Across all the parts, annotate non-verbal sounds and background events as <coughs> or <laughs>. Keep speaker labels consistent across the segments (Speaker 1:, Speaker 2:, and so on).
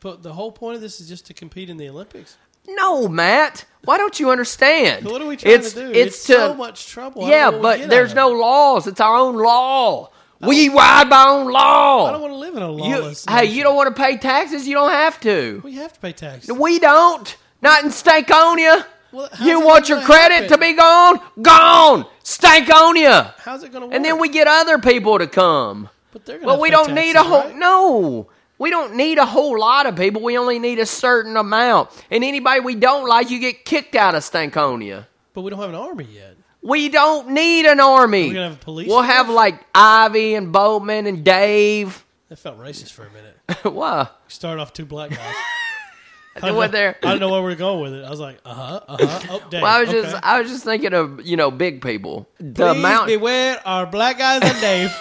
Speaker 1: But the whole point of this is just to compete in the Olympics.
Speaker 2: No, Matt. Why don't you understand?
Speaker 1: What are we trying to do? It's,
Speaker 2: to-
Speaker 1: so much trouble. I
Speaker 2: Yeah,
Speaker 1: don't know what we
Speaker 2: but
Speaker 1: get
Speaker 2: there's
Speaker 1: out
Speaker 2: no
Speaker 1: of it.
Speaker 2: laws. It's our own law. We ride by our own law.
Speaker 1: I don't want to live in a
Speaker 2: You-
Speaker 1: lawless.
Speaker 2: hey,
Speaker 1: nation.
Speaker 2: you don't want to pay taxes? You don't have to.
Speaker 1: We have to pay taxes.
Speaker 2: We don't. Not in Stankonia.
Speaker 1: Well, how's
Speaker 2: you
Speaker 1: that
Speaker 2: want your
Speaker 1: gonna
Speaker 2: credit to
Speaker 1: happen?
Speaker 2: be gone? Gone. Stankonia.
Speaker 1: How's it going to work?
Speaker 2: And then we get other people to come.
Speaker 1: But they're going.
Speaker 2: But we don't need a whole
Speaker 1: Right?
Speaker 2: no. We don't need a whole lot of people. We only need a certain amount. And anybody we don't like, you get kicked out of Stankonia.
Speaker 1: But we don't have an army yet.
Speaker 2: We don't need an army.
Speaker 1: We're gonna have a police
Speaker 2: We'll have
Speaker 1: force?
Speaker 2: like Ivy and Boatman and Dave. <laughs>
Speaker 1: That felt racist for a minute.
Speaker 2: what?
Speaker 1: Start off two black guys. I
Speaker 2: They went there.
Speaker 1: I don't know where we're going with it. I was like, uh huh, uh huh. Oh, Dave.
Speaker 2: Well, I was
Speaker 1: okay.
Speaker 2: just I was just thinking of you know big people. The
Speaker 1: Please
Speaker 2: amount.
Speaker 1: beware our black guys and Dave.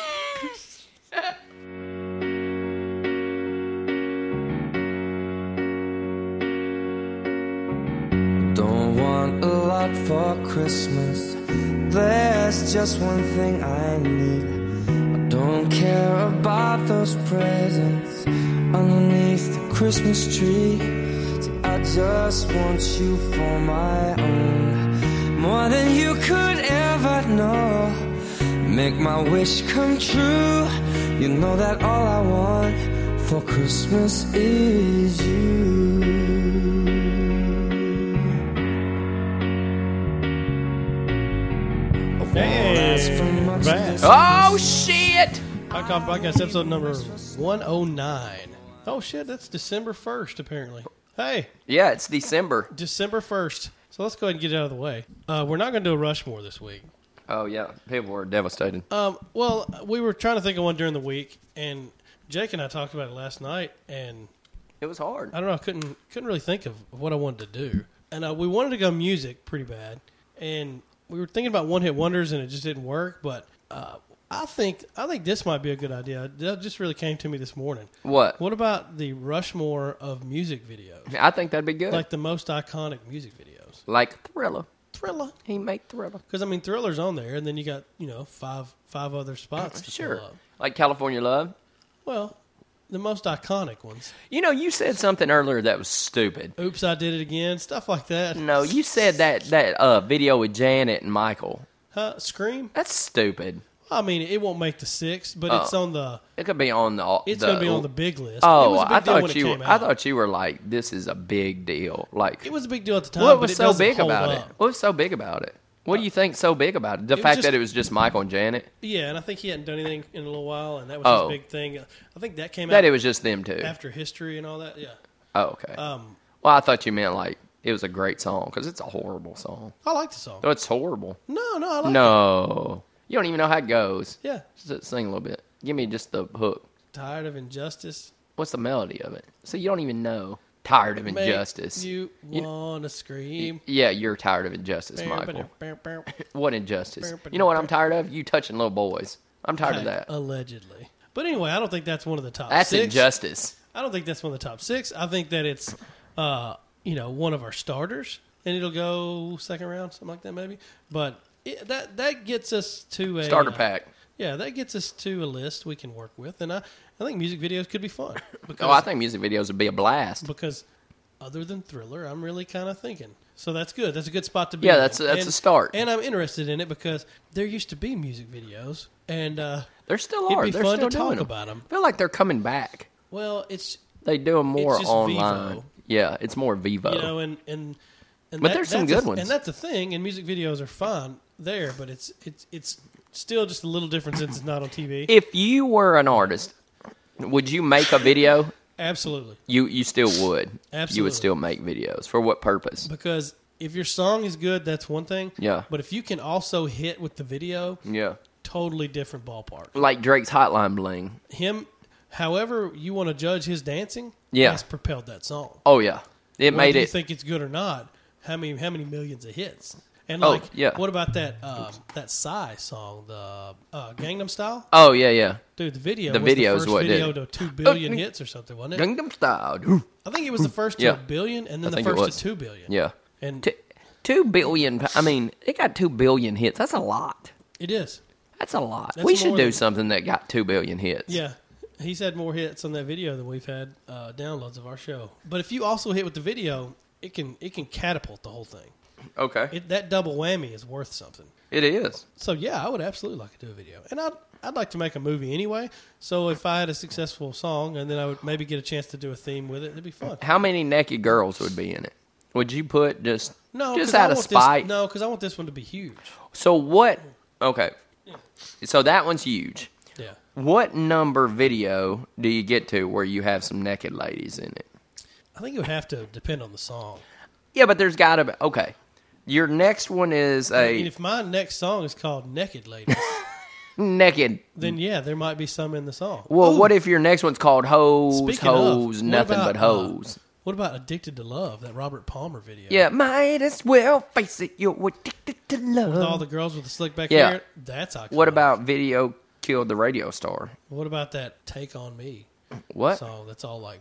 Speaker 3: Don't want a lot for Christmas. There's just one thing I need. I don't care about those presents underneath the Christmas tree. So I just want you for my own. More than you could ever know. Make my wish come true. You know that all I want for Christmas is you.
Speaker 1: Hey, Bass.
Speaker 2: Oh shit!
Speaker 1: Hot Coffee Podcast, episode number 109. Oh, shit, that's December 1st, apparently. Hey,
Speaker 2: Yeah, it's December.
Speaker 1: December 1st. So let's go ahead and get it out of the way. Uh, we're not going to do a Rushmore this week.
Speaker 2: Oh yeah, people were devastated.
Speaker 1: Um, well, we were trying to think of one during the week, and Jake and I talked about it last night, and
Speaker 2: It was hard.
Speaker 1: I don't know. I couldn't couldn't really think of what I wanted to do, and uh, we wanted to go music pretty bad, and we were thinking about one hit wonders, and it just didn't work. But uh, I think I think this might be a good idea. That just really came to me this morning.
Speaker 2: What?
Speaker 1: What about the Rushmore of music videos,
Speaker 2: I think that'd be good. Like,
Speaker 1: like the most iconic music videos?
Speaker 2: Thriller.
Speaker 1: Thriller,
Speaker 2: He made Thriller.
Speaker 1: because I mean Thriller's on there, and then you got you know five five other spots. To
Speaker 2: Sure.
Speaker 1: Pull up.
Speaker 2: Like California Love.
Speaker 1: Well, the most iconic ones.
Speaker 2: You know, you said something earlier that was stupid.
Speaker 1: Oops, I did it again. Stuff like that.
Speaker 2: No, you said that that uh, video with Janet and Michael.
Speaker 1: Huh? Scream.
Speaker 2: That's stupid.
Speaker 1: I mean, it won't make the six, but it's on the.
Speaker 2: It could be on the.
Speaker 1: It's
Speaker 2: Oh. the-
Speaker 1: going to be on the big list. it
Speaker 2: Oh,
Speaker 1: was a big
Speaker 2: I
Speaker 1: deal
Speaker 2: thought
Speaker 1: when
Speaker 2: you.
Speaker 1: It,
Speaker 2: Were,
Speaker 1: came
Speaker 2: I
Speaker 1: out.
Speaker 2: thought you were like, this is a big deal. Like,
Speaker 1: it was a big deal at the time.
Speaker 2: what
Speaker 1: but
Speaker 2: was
Speaker 1: it
Speaker 2: so
Speaker 1: doesn't
Speaker 2: big
Speaker 1: hold
Speaker 2: about it?
Speaker 1: up.
Speaker 2: What was so big about it? What do you think so big about it? The
Speaker 1: was
Speaker 2: fact
Speaker 1: just-
Speaker 2: that it was just Michael and Janet.
Speaker 1: Yeah, and I think he hadn't done anything in a little while, and that was
Speaker 2: Oh.
Speaker 1: his big thing. I think that came
Speaker 2: That
Speaker 1: out
Speaker 2: it was just them two.
Speaker 1: after history and all that. Yeah.
Speaker 2: Oh, okay.
Speaker 1: Um,
Speaker 2: well, I thought you meant like it was a great song because it's a horrible song.
Speaker 1: I like the song.
Speaker 2: No, it's horrible.
Speaker 1: No, no, I like it.
Speaker 2: No, you don't even know how it goes.
Speaker 1: Yeah.
Speaker 2: Just sing a little bit. Give me just the hook.
Speaker 1: Tired of injustice.
Speaker 2: What's the melody of it? So you don't even know. Tired of
Speaker 1: Make
Speaker 2: injustice.
Speaker 1: You
Speaker 2: You-
Speaker 1: want to scream.
Speaker 2: yeah, you're tired of injustice, Michael. What injustice? You know what I'm tired of? You touching little boys. I'm <laughs> tired of that.
Speaker 1: Allegedly. But anyway, I don't think that's one of the top
Speaker 2: That's
Speaker 1: uh, six.
Speaker 2: injustice.
Speaker 1: I don't think that's one of the top six. I think that it's, uh, you know, one of our starters, and it'll go second round, something like that, maybe. But it, that that gets us to a
Speaker 2: Starter pack.
Speaker 1: Yeah, that gets us to a list we can work with, and I, I think music videos could be fun because
Speaker 2: <laughs> Oh, I think music videos would be a blast.
Speaker 1: because other than thriller, I'm really kind of thinking. So that's good. That's a good spot to be.
Speaker 2: Yeah,
Speaker 1: in.
Speaker 2: that's- that's
Speaker 1: And-
Speaker 2: a start.
Speaker 1: and I'm interested in it because there used to be music videos, and uh,
Speaker 2: There still
Speaker 1: It'd
Speaker 2: are.
Speaker 1: be
Speaker 2: They're
Speaker 1: fun
Speaker 2: still
Speaker 1: to
Speaker 2: doing
Speaker 1: talk
Speaker 2: them.
Speaker 1: about 'em.
Speaker 2: I feel like they're coming back.
Speaker 1: well, it's
Speaker 2: They do them more
Speaker 1: It's just
Speaker 2: online.
Speaker 1: Vivo.
Speaker 2: Yeah, it's more Vivo.
Speaker 1: you know, and and, and
Speaker 2: But there's some
Speaker 1: that's a-
Speaker 2: good ones.
Speaker 1: and that's the thing. And music videos are fine there, but it's it's it's still just a little different since it's not on TV.
Speaker 2: if you were an artist, would you make a video?
Speaker 1: Absolutely,
Speaker 2: You you still would. You
Speaker 1: Absolutely.
Speaker 2: would still make videos. For what purpose?
Speaker 1: because if your song is good, that's one thing.
Speaker 2: Yeah.
Speaker 1: but if you can also hit with the video,
Speaker 2: yeah.
Speaker 1: totally different ballpark.
Speaker 2: Like Drake's Hotline Bling.
Speaker 1: Him, however you want to judge his dancing,
Speaker 2: Yeah.
Speaker 1: has propelled that song.
Speaker 2: Oh yeah. It
Speaker 1: Whether
Speaker 2: made
Speaker 1: you
Speaker 2: it
Speaker 1: think it's good or not, how many how many millions of hits? And
Speaker 2: Oh,
Speaker 1: like,
Speaker 2: yeah.
Speaker 1: what about that um, that Psy song, the uh, Gangnam Style?
Speaker 2: Oh yeah, yeah.
Speaker 1: Dude, the video.
Speaker 2: The
Speaker 1: was
Speaker 2: video is
Speaker 1: the first
Speaker 2: what did
Speaker 1: video
Speaker 2: it.
Speaker 1: to two
Speaker 2: <laughs>
Speaker 1: billion hits or something, wasn't it?
Speaker 2: Gangnam Style.
Speaker 1: I think it was the first to
Speaker 2: Yeah.
Speaker 1: a billion, and then
Speaker 2: I
Speaker 1: the
Speaker 2: think it
Speaker 1: first to
Speaker 2: was.
Speaker 1: two billion.
Speaker 2: Yeah.
Speaker 1: and
Speaker 2: T- two billion. I mean, it got two billion hits. That's a lot.
Speaker 1: it is.
Speaker 2: That's a lot.
Speaker 1: That's
Speaker 2: we should
Speaker 1: more
Speaker 2: do
Speaker 1: than-
Speaker 2: something that got two billion hits.
Speaker 1: Yeah, He's had more hits on that video than we've had uh, downloads of our show. But if you also hit with the video, it can it can catapult the whole thing.
Speaker 2: Okay.
Speaker 1: It, that double whammy is worth something.
Speaker 2: it is.
Speaker 1: So yeah, I would absolutely like to do a video, and I'd I'd like to make a movie anyway. So if I had a successful song, and then I would maybe get a chance to do a theme with it, it'd be fun.
Speaker 2: How many naked girls would be in it? Would you put just
Speaker 1: No,
Speaker 2: just
Speaker 1: 'cause I
Speaker 2: out of
Speaker 1: want
Speaker 2: spite?
Speaker 1: This, no, because I want this one to be huge.
Speaker 2: So what? Okay. So that one's huge.
Speaker 1: Yeah,
Speaker 2: What number video do you get to where you have some naked ladies in it?
Speaker 1: I think it would have to depend on the song.
Speaker 2: Yeah, but there's got to be okay. Your next one is
Speaker 1: And
Speaker 2: a
Speaker 1: if my next song is called "Naked
Speaker 2: <laughs>
Speaker 1: Ladies,"
Speaker 2: naked.
Speaker 1: then yeah, there might be some in the song.
Speaker 2: Well,
Speaker 1: Ooh,
Speaker 2: what if your next one's called hoes,
Speaker 1: speaking of,
Speaker 2: hoes,
Speaker 1: what
Speaker 2: nothing
Speaker 1: about,
Speaker 2: but hoes?
Speaker 1: uh, what about "Addicted to Love"? That Robert Palmer video.
Speaker 2: yeah, might as well face it. You're addicted to love.
Speaker 1: with all the girls with the slick back
Speaker 2: Yeah.
Speaker 1: hair. That's iconic.
Speaker 2: what about video killed the radio star?
Speaker 1: what about that "Take on Me"
Speaker 2: What?
Speaker 1: song? That's all like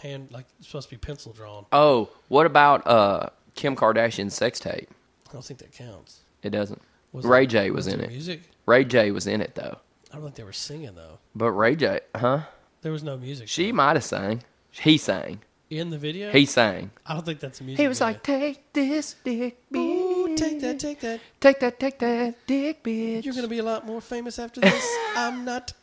Speaker 1: hand, like it's supposed to be pencil drawn.
Speaker 2: Oh, what about uh, Kim Kardashian's sex tape?
Speaker 1: I don't think that counts.
Speaker 2: It doesn't.
Speaker 1: Was
Speaker 2: Ray
Speaker 1: it-
Speaker 2: J was in
Speaker 1: there
Speaker 2: it.
Speaker 1: Music?
Speaker 2: Ray J was in it though.
Speaker 1: I don't think they were singing though.
Speaker 2: But Ray J, huh?
Speaker 1: There was no music.
Speaker 2: She
Speaker 1: though.
Speaker 2: might have sang. He sang.
Speaker 1: in the video.
Speaker 2: He sang.
Speaker 1: I don't think that's a music.
Speaker 2: He was
Speaker 1: video.
Speaker 2: like, "Take this dick,
Speaker 1: Ooh,
Speaker 2: bitch.
Speaker 1: take that, take that.
Speaker 2: Take that, take that dick, bitch."
Speaker 1: You're gonna be a lot more famous after
Speaker 2: <laughs>
Speaker 1: this. I'm not.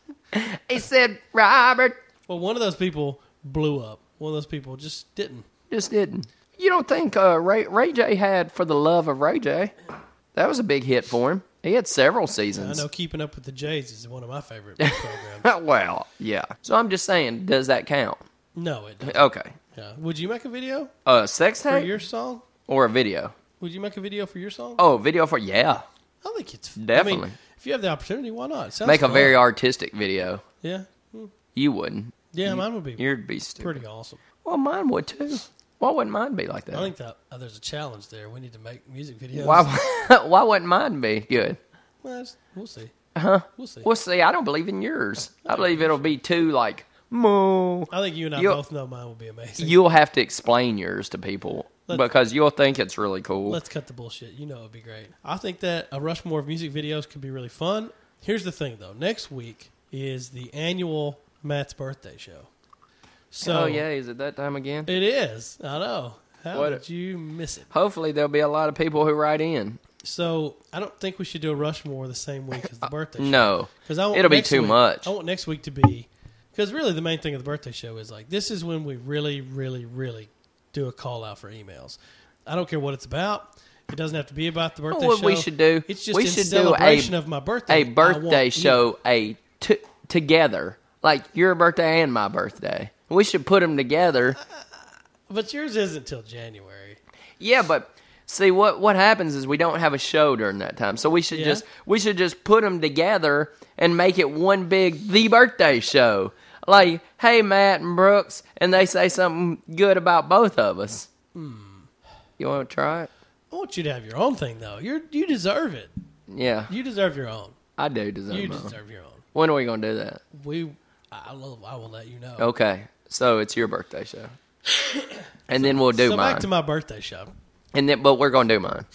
Speaker 2: He said, "Robert,
Speaker 1: Well, one of those people blew up. One of those people just didn't.
Speaker 2: just didn't." You don't think uh, Ray Ray J had for the love of Ray J? That was a big hit for him. He had several
Speaker 1: I
Speaker 2: seasons.
Speaker 1: know Keeping Up with the Jays is one of my
Speaker 2: <laughs>
Speaker 1: favorite programs.
Speaker 2: well, yeah. So I'm just saying, does that count?
Speaker 1: No, it doesn't.
Speaker 2: Okay.
Speaker 1: Yeah. Would you make a video
Speaker 2: Uh, sex
Speaker 1: for
Speaker 2: tape
Speaker 1: your song?
Speaker 2: or a video?
Speaker 1: Would you make a video for your song?
Speaker 2: Oh, video for yeah.
Speaker 1: I think it's I mean,
Speaker 2: Definitely.
Speaker 1: if you have the opportunity, why not? It sounds
Speaker 2: Make a
Speaker 1: fun.
Speaker 2: very artistic video.
Speaker 1: yeah, Hmm.
Speaker 2: You wouldn't.
Speaker 1: yeah. mine would be
Speaker 2: You'd be stupid.
Speaker 1: pretty awesome.
Speaker 2: Well, mine would too. Why wouldn't mine be like
Speaker 1: I
Speaker 2: that?
Speaker 1: think that uh, there's a challenge there. We need to make music videos.
Speaker 2: Why? <laughs> Why wouldn't mine be good?
Speaker 1: Well, it's- we'll see.
Speaker 2: Huh?
Speaker 1: We'll see.
Speaker 2: Well, see, I don't believe in yours. I believe it'll be too like moo.
Speaker 1: I think you and I
Speaker 2: You'll-
Speaker 1: both know mine will be amazing.
Speaker 2: You'll have to explain yours to people
Speaker 1: Let's-
Speaker 2: because you'll think it's really cool.
Speaker 1: Let's cut the bullshit. You know it'd be great. I think that a Rushmore of music videos could be really fun. Here's the thing though. Next week is the annual Matt's birthday show. So
Speaker 2: oh yeah, is it that time again?
Speaker 1: it is. I know. How
Speaker 2: What-
Speaker 1: did you miss it?
Speaker 2: Hopefully, there'll be a lot of people who write in.
Speaker 1: So I don't think we should do a Rushmore the same week
Speaker 2: <laughs>
Speaker 1: as the birthday. show.
Speaker 2: No,
Speaker 1: Because I want
Speaker 2: It'll be
Speaker 1: next
Speaker 2: too
Speaker 1: week-
Speaker 2: much.
Speaker 1: I want next week to be because really the main thing of the birthday show is like this is when we really, really, really do a call out for emails. I don't care what it's about. It doesn't have to be about the birthday
Speaker 2: what
Speaker 1: show.
Speaker 2: we should do?
Speaker 1: It's just
Speaker 2: We
Speaker 1: in
Speaker 2: should do a-
Speaker 1: celebration of my birthday.
Speaker 2: a
Speaker 1: I
Speaker 2: birthday
Speaker 1: want
Speaker 2: show, a t- together like your birthday and my birthday. We should put them together.
Speaker 1: email. but yours isn't till January.
Speaker 2: Yeah, but see what what happens is we don't have a show during that time, so we should
Speaker 1: Yeah.
Speaker 2: just we should just put them together and make it one big the birthday show. Like, hey Matt and Brooks, and they say something good about both of us. You want to try it?
Speaker 1: I want you to have your own thing though. You you deserve it.
Speaker 2: Yeah,
Speaker 1: You deserve your own.
Speaker 2: I do deserve.
Speaker 1: You
Speaker 2: mine.
Speaker 1: deserve your own.
Speaker 2: When are we gonna do that?
Speaker 1: We I will I will let you know.
Speaker 2: Okay, so it's your
Speaker 1: <coughs>
Speaker 2: birthday show, and then we'll do
Speaker 1: so
Speaker 2: mine.
Speaker 1: back to my birthday show.
Speaker 2: and then, but we're gonna do mine.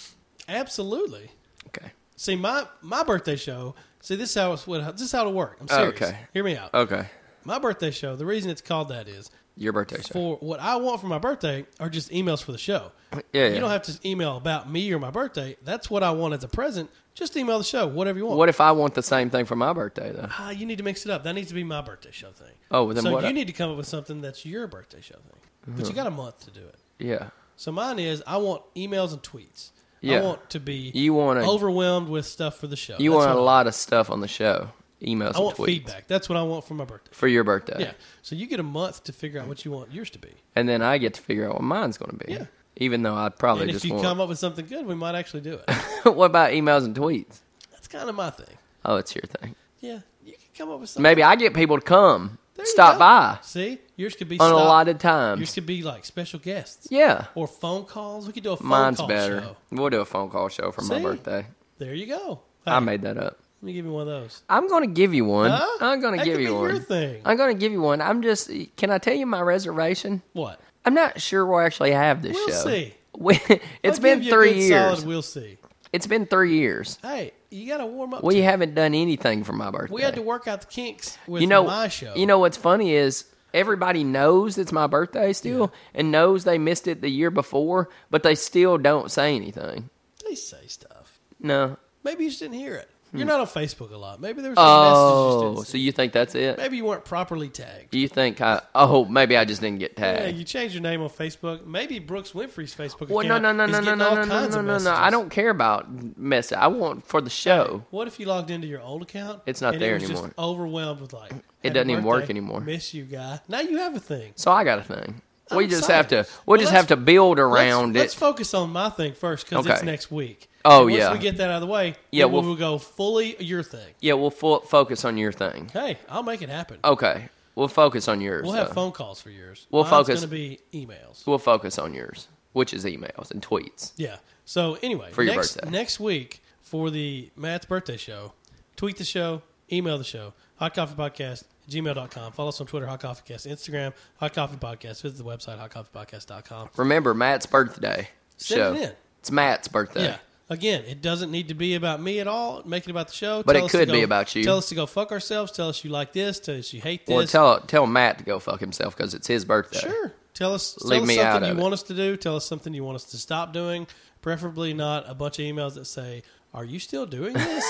Speaker 1: Absolutely.
Speaker 2: Okay.
Speaker 1: See my my birthday show. See this is how it's what this is how it'll work. I'm serious.
Speaker 2: Oh, Okay. Oh.
Speaker 1: Hear me out.
Speaker 2: Okay.
Speaker 1: My birthday show. The reason it's called that is
Speaker 2: Your birthday show.
Speaker 1: for what I want for my birthday are just emails for the show.
Speaker 2: Yeah, yeah.
Speaker 1: You don't have to email about me or my birthday. That's what I want as a present. Just email the show, whatever you want.
Speaker 2: What if I want the same thing for my birthday though?
Speaker 1: Ah, you need to mix it up. That needs to be my birthday show thing.
Speaker 2: Oh, well, then
Speaker 1: so
Speaker 2: what
Speaker 1: you
Speaker 2: I- Mm-hmm.
Speaker 1: need to come up with something that's your birthday show thing. But you got a month to do it.
Speaker 2: Yeah.
Speaker 1: So mine is I want emails and tweets.
Speaker 2: Yeah.
Speaker 1: I want to be
Speaker 2: You wanna-
Speaker 1: overwhelmed with stuff for the show.
Speaker 2: You
Speaker 1: That's
Speaker 2: want
Speaker 1: what
Speaker 2: a
Speaker 1: I
Speaker 2: lot of stuff on the show, emails,
Speaker 1: I
Speaker 2: and
Speaker 1: want
Speaker 2: tweets
Speaker 1: feedback. That's what I want for my birthday.
Speaker 2: for your birthday.
Speaker 1: Yeah. So you get a month to figure out what you want yours to be.
Speaker 2: And then I get to figure out what mine's going to be.
Speaker 1: Yeah.
Speaker 2: Even though I probably
Speaker 1: and if
Speaker 2: just
Speaker 1: you
Speaker 2: want.
Speaker 1: come up with something good, we might actually
Speaker 2: <laughs>
Speaker 1: do it.
Speaker 2: what about emails and tweets?
Speaker 1: That's kind of my thing.
Speaker 2: Oh, it's your thing.
Speaker 1: Yeah. You can come up with something.
Speaker 2: Maybe I get people to come,
Speaker 1: There you
Speaker 2: stop
Speaker 1: go.
Speaker 2: by
Speaker 1: See? Yours could be
Speaker 2: on a
Speaker 1: stop-
Speaker 2: lot of times.
Speaker 1: Yours could be like special guests.
Speaker 2: Yeah.
Speaker 1: Or phone calls. We could do a phone
Speaker 2: Mine's
Speaker 1: call
Speaker 2: better.
Speaker 1: show.
Speaker 2: We'll do a phone call show for my
Speaker 1: See?
Speaker 2: birthday.
Speaker 1: There you go.
Speaker 2: I
Speaker 1: Hey,
Speaker 2: made that up.
Speaker 1: Let me give you one of those.
Speaker 2: I'm going to give you one.
Speaker 1: Huh?
Speaker 2: I'm going to
Speaker 1: That
Speaker 2: give
Speaker 1: could
Speaker 2: you
Speaker 1: be
Speaker 2: one.
Speaker 1: Your thing.
Speaker 2: I'm going to give you one. I'm just. Can I tell you my reservation?
Speaker 1: What?
Speaker 2: I'm not sure we'll actually have this
Speaker 1: We'll
Speaker 2: show.
Speaker 1: see.
Speaker 2: <laughs> We- It's
Speaker 1: I'll
Speaker 2: been
Speaker 1: give you a
Speaker 2: three
Speaker 1: good
Speaker 2: years.
Speaker 1: Solid, we'll see.
Speaker 2: It's been three years.
Speaker 1: Hey, you got to warm up.
Speaker 2: We
Speaker 1: to it.
Speaker 2: haven't done anything for my birthday.
Speaker 1: we had to work out the kinks with
Speaker 2: you know,
Speaker 1: my show.
Speaker 2: You know what's funny is everybody knows it's my birthday still and knows they missed it the year before, but they still don't say anything.
Speaker 1: they say stuff.
Speaker 2: No.
Speaker 1: Maybe you just didn't hear it. You're not on Facebook a lot. Maybe there was some messages.
Speaker 2: Hmm. Oh,
Speaker 1: You
Speaker 2: so
Speaker 1: didn't see.
Speaker 2: you think that's it?
Speaker 1: Maybe you weren't properly tagged.
Speaker 2: Do you think I? Oh, maybe I just didn't get
Speaker 1: Yeah,
Speaker 2: tagged.
Speaker 1: you changed your name on Facebook. Maybe Brooks Winfrey's Facebook
Speaker 2: well, no,
Speaker 1: account
Speaker 2: no, no,
Speaker 1: is
Speaker 2: no, no,
Speaker 1: getting
Speaker 2: no,
Speaker 1: all
Speaker 2: no, no,
Speaker 1: kinds
Speaker 2: no,
Speaker 1: of
Speaker 2: no, no.
Speaker 1: messages.
Speaker 2: I don't care about message. I want for the show.
Speaker 1: What if you logged into your old account?
Speaker 2: It's not
Speaker 1: and
Speaker 2: there
Speaker 1: it was
Speaker 2: anymore.
Speaker 1: Just overwhelmed with like.
Speaker 2: It
Speaker 1: happy
Speaker 2: doesn't even work
Speaker 1: birthday,
Speaker 2: anymore.
Speaker 1: Miss you, guy. Now you have a thing.
Speaker 2: So I got a thing. we
Speaker 1: I'm
Speaker 2: just
Speaker 1: sorry.
Speaker 2: have to.
Speaker 1: Well,
Speaker 2: We'll, just
Speaker 1: let's-
Speaker 2: have to build
Speaker 1: Let's-
Speaker 2: around
Speaker 1: Let's
Speaker 2: it.
Speaker 1: focus on my thing first because it's
Speaker 2: Okay.
Speaker 1: next week.
Speaker 2: Oh,
Speaker 1: And once
Speaker 2: yeah.
Speaker 1: we get that out of the way,
Speaker 2: Yeah,
Speaker 1: then
Speaker 2: we'll-
Speaker 1: we will go fully your thing.
Speaker 2: yeah, we'll fo- focus on your thing.
Speaker 1: Hey, I'll make it happen.
Speaker 2: Okay, we'll focus on yours.
Speaker 1: we'll have
Speaker 2: though.
Speaker 1: phone calls for yours.
Speaker 2: We'll
Speaker 1: Mine's
Speaker 2: focus-
Speaker 1: Going to be emails.
Speaker 2: We'll focus on yours, which is emails and tweets.
Speaker 1: Yeah. So anyway,
Speaker 2: For your
Speaker 1: next,
Speaker 2: birthday.
Speaker 1: next week for the Matt's birthday show, tweet the show, email the show, hot coffee podcast gmail.com. Follow us on Twitter, Hot Coffee Cast, Instagram, Hot Coffee Podcast. Visit the website, hotcoffeepodcast.com.
Speaker 2: Remember Matt's birthday
Speaker 1: Send
Speaker 2: show.
Speaker 1: it in.
Speaker 2: It's Matt's birthday.
Speaker 1: Yeah. Again, it doesn't need to be about me at all. Make it about the show.
Speaker 2: But
Speaker 1: Tell
Speaker 2: it
Speaker 1: us to
Speaker 2: could be
Speaker 1: go-
Speaker 2: about you.
Speaker 1: Tell us to go fuck ourselves. Tell us you like this. Tell us you hate this.
Speaker 2: Well, tell tell Matt to go fuck himself because it's his birthday.
Speaker 1: Sure. Tell us, tell
Speaker 2: Leave
Speaker 1: us
Speaker 2: me
Speaker 1: something
Speaker 2: out of
Speaker 1: you
Speaker 2: it.
Speaker 1: want us to do. Tell us something you want us to stop doing. Preferably not a bunch of emails that say, Are you still doing
Speaker 2: <laughs>
Speaker 1: this?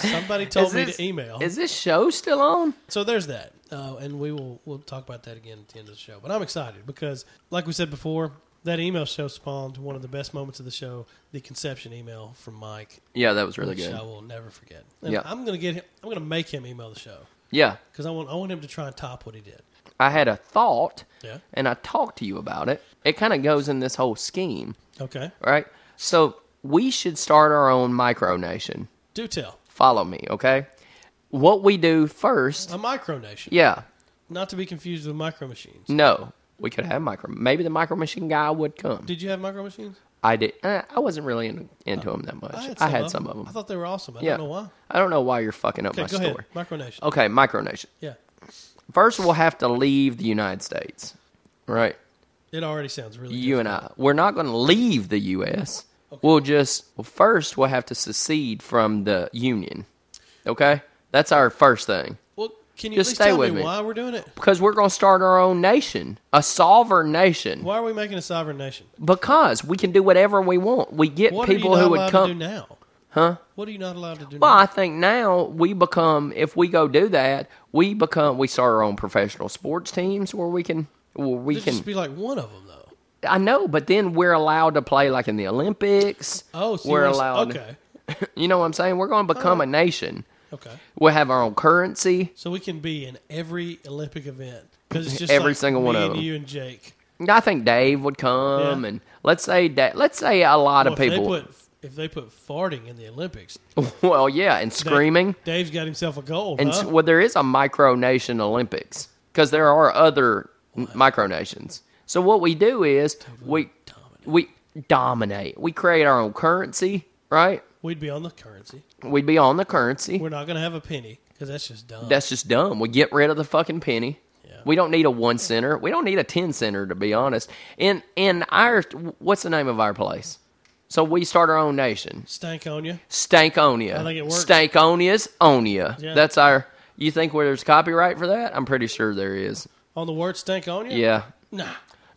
Speaker 1: Somebody told
Speaker 2: Is
Speaker 1: me
Speaker 2: this-
Speaker 1: to email.
Speaker 2: Is this show still on?
Speaker 1: so there's that. Uh, and we will we'll talk about that again at the end of the show. But I'm excited because, like we said before, that email show spawned one of the best moments of the show the conception email from Mike,
Speaker 2: Yeah, that was really
Speaker 1: which
Speaker 2: good.
Speaker 1: I will never forget. And
Speaker 2: Yeah.
Speaker 1: I'm going to get him, I'm going to make him email the show
Speaker 2: Yeah,
Speaker 1: because I want, I want him to try and top what he did.
Speaker 2: I had a thought,
Speaker 1: Yeah.
Speaker 2: and I talked to you about it. It kind of goes in this whole scheme,
Speaker 1: Okay.
Speaker 2: right? So we should start our own micronation.
Speaker 1: Do tell.
Speaker 2: Follow me, okay? What we do first,
Speaker 1: A micronation.
Speaker 2: yeah,
Speaker 1: Not to be confused with micro machines.
Speaker 2: no, we could have micro. Maybe the micro machine guy would come.
Speaker 1: Did you have micro machines?
Speaker 2: I did. eh, I wasn't really in, into them that much. I had some, of them.
Speaker 1: I thought they were awesome. I
Speaker 2: yeah,
Speaker 1: don't know why.
Speaker 2: I don't know why you're fucking up
Speaker 1: Okay,
Speaker 2: my Oh.
Speaker 1: go
Speaker 2: story.
Speaker 1: ahead. Micronation.
Speaker 2: Okay, micronation.
Speaker 1: Yeah,
Speaker 2: First, we'll have to leave the United States, right?
Speaker 1: it already sounds really.
Speaker 2: you and I. We're not going to leave the U.S. We'll just well, first we'll have to secede from the Union. Okay, that's our first thing
Speaker 1: good. Well, can you
Speaker 2: Just
Speaker 1: at least
Speaker 2: stay
Speaker 1: tell
Speaker 2: with
Speaker 1: me,
Speaker 2: me.
Speaker 1: why we're doing it?
Speaker 2: because we're going to start our own nation, a sovereign nation,
Speaker 1: Why are we making a sovereign nation?
Speaker 2: because we can do whatever we want. We get
Speaker 1: What
Speaker 2: people
Speaker 1: are you not
Speaker 2: who
Speaker 1: allowed
Speaker 2: would
Speaker 1: to do
Speaker 2: come.
Speaker 1: now?
Speaker 2: Huh?
Speaker 1: What are you not allowed to do?
Speaker 2: Well,
Speaker 1: now?
Speaker 2: I think now we become if we go do that, we become we start our own professional sports teams where we can where we
Speaker 1: There'd
Speaker 2: can.
Speaker 1: just be like one of them though.
Speaker 2: I know, but then we're allowed to play like in the Olympics.
Speaker 1: Oh, so you
Speaker 2: we're
Speaker 1: want us-
Speaker 2: allowed.
Speaker 1: Okay,
Speaker 2: <laughs> You know what I'm saying? We're going to
Speaker 1: Uh-huh.
Speaker 2: become a nation.
Speaker 1: okay.
Speaker 2: We'll have our own currency.
Speaker 1: So we can be in every Olympic event because it's just
Speaker 2: Every
Speaker 1: like
Speaker 2: single one
Speaker 1: me
Speaker 2: of
Speaker 1: and
Speaker 2: them.
Speaker 1: You and Jake.
Speaker 2: I think Dave would come,
Speaker 1: Yeah.
Speaker 2: and let's say that let's say a lot
Speaker 1: Well,
Speaker 2: of
Speaker 1: if
Speaker 2: people.
Speaker 1: they put if they put farting in the Olympics,
Speaker 2: <laughs> well, yeah, and
Speaker 1: Dave-
Speaker 2: screaming,
Speaker 1: Dave's got himself a goal.
Speaker 2: and
Speaker 1: huh?
Speaker 2: s well, there is a micronation Olympics because there are other n- micronations. So what we do is we we dominate. We create our own currency, right?
Speaker 1: We'd be on the currency.
Speaker 2: We'd be on the currency.
Speaker 1: We're not going to have a penny because that's just dumb.
Speaker 2: That's just dumb. We get rid of the fucking penny.
Speaker 1: Yeah.
Speaker 2: We don't need a one center. We don't need a ten center to be honest. In in our what's the name of our place? So we start our own nation.
Speaker 1: stank on you.
Speaker 2: Stankonia.
Speaker 1: I think it works.
Speaker 2: Stankonia's Onia.
Speaker 1: Yeah.
Speaker 2: That's our you think where there's copyright for that? I'm pretty sure there is.
Speaker 1: On the word stank on you?
Speaker 2: Yeah.
Speaker 1: Nah.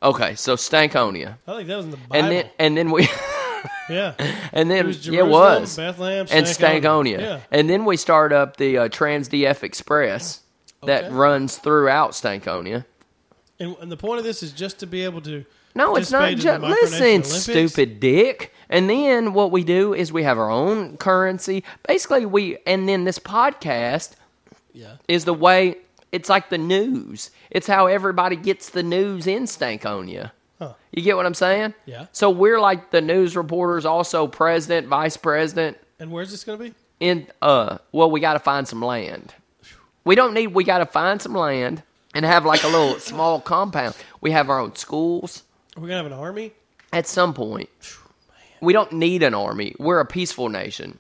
Speaker 2: Okay, so Stankonia.
Speaker 1: I think that was in the Bible.
Speaker 2: And then and then we <laughs>
Speaker 1: yeah.
Speaker 2: and then
Speaker 1: It was
Speaker 2: yeah, it
Speaker 1: Jerusalem,
Speaker 2: was.
Speaker 1: Bethlehem,
Speaker 2: and
Speaker 1: Stankonia.
Speaker 2: Stankonia.
Speaker 1: Yeah.
Speaker 2: And then we start up the uh, Transdf Express that
Speaker 1: Okay.
Speaker 2: runs throughout Stankonia.
Speaker 1: And, and the point of this is just to be able to.
Speaker 2: No, it's not
Speaker 1: participate in
Speaker 2: just
Speaker 1: the
Speaker 2: listen,
Speaker 1: Micronesian Olympics.
Speaker 2: stupid dick. And then what we do is we have our own currency. Basically, we and then this podcast
Speaker 1: Yeah.
Speaker 2: is the way it's like the news. It's how everybody gets the news in Stankonia.
Speaker 1: Huh.
Speaker 2: You get what I'm saying?
Speaker 1: Yeah.
Speaker 2: So we're like the news reporters, also president, vice president,
Speaker 1: And where's this going to be?
Speaker 2: in uh well we got to find some land we don't need we got to find some land and have like a little <coughs> small compound we have our own schools
Speaker 1: We're going to have an army?
Speaker 2: at some point we don't need an army we're a peaceful nation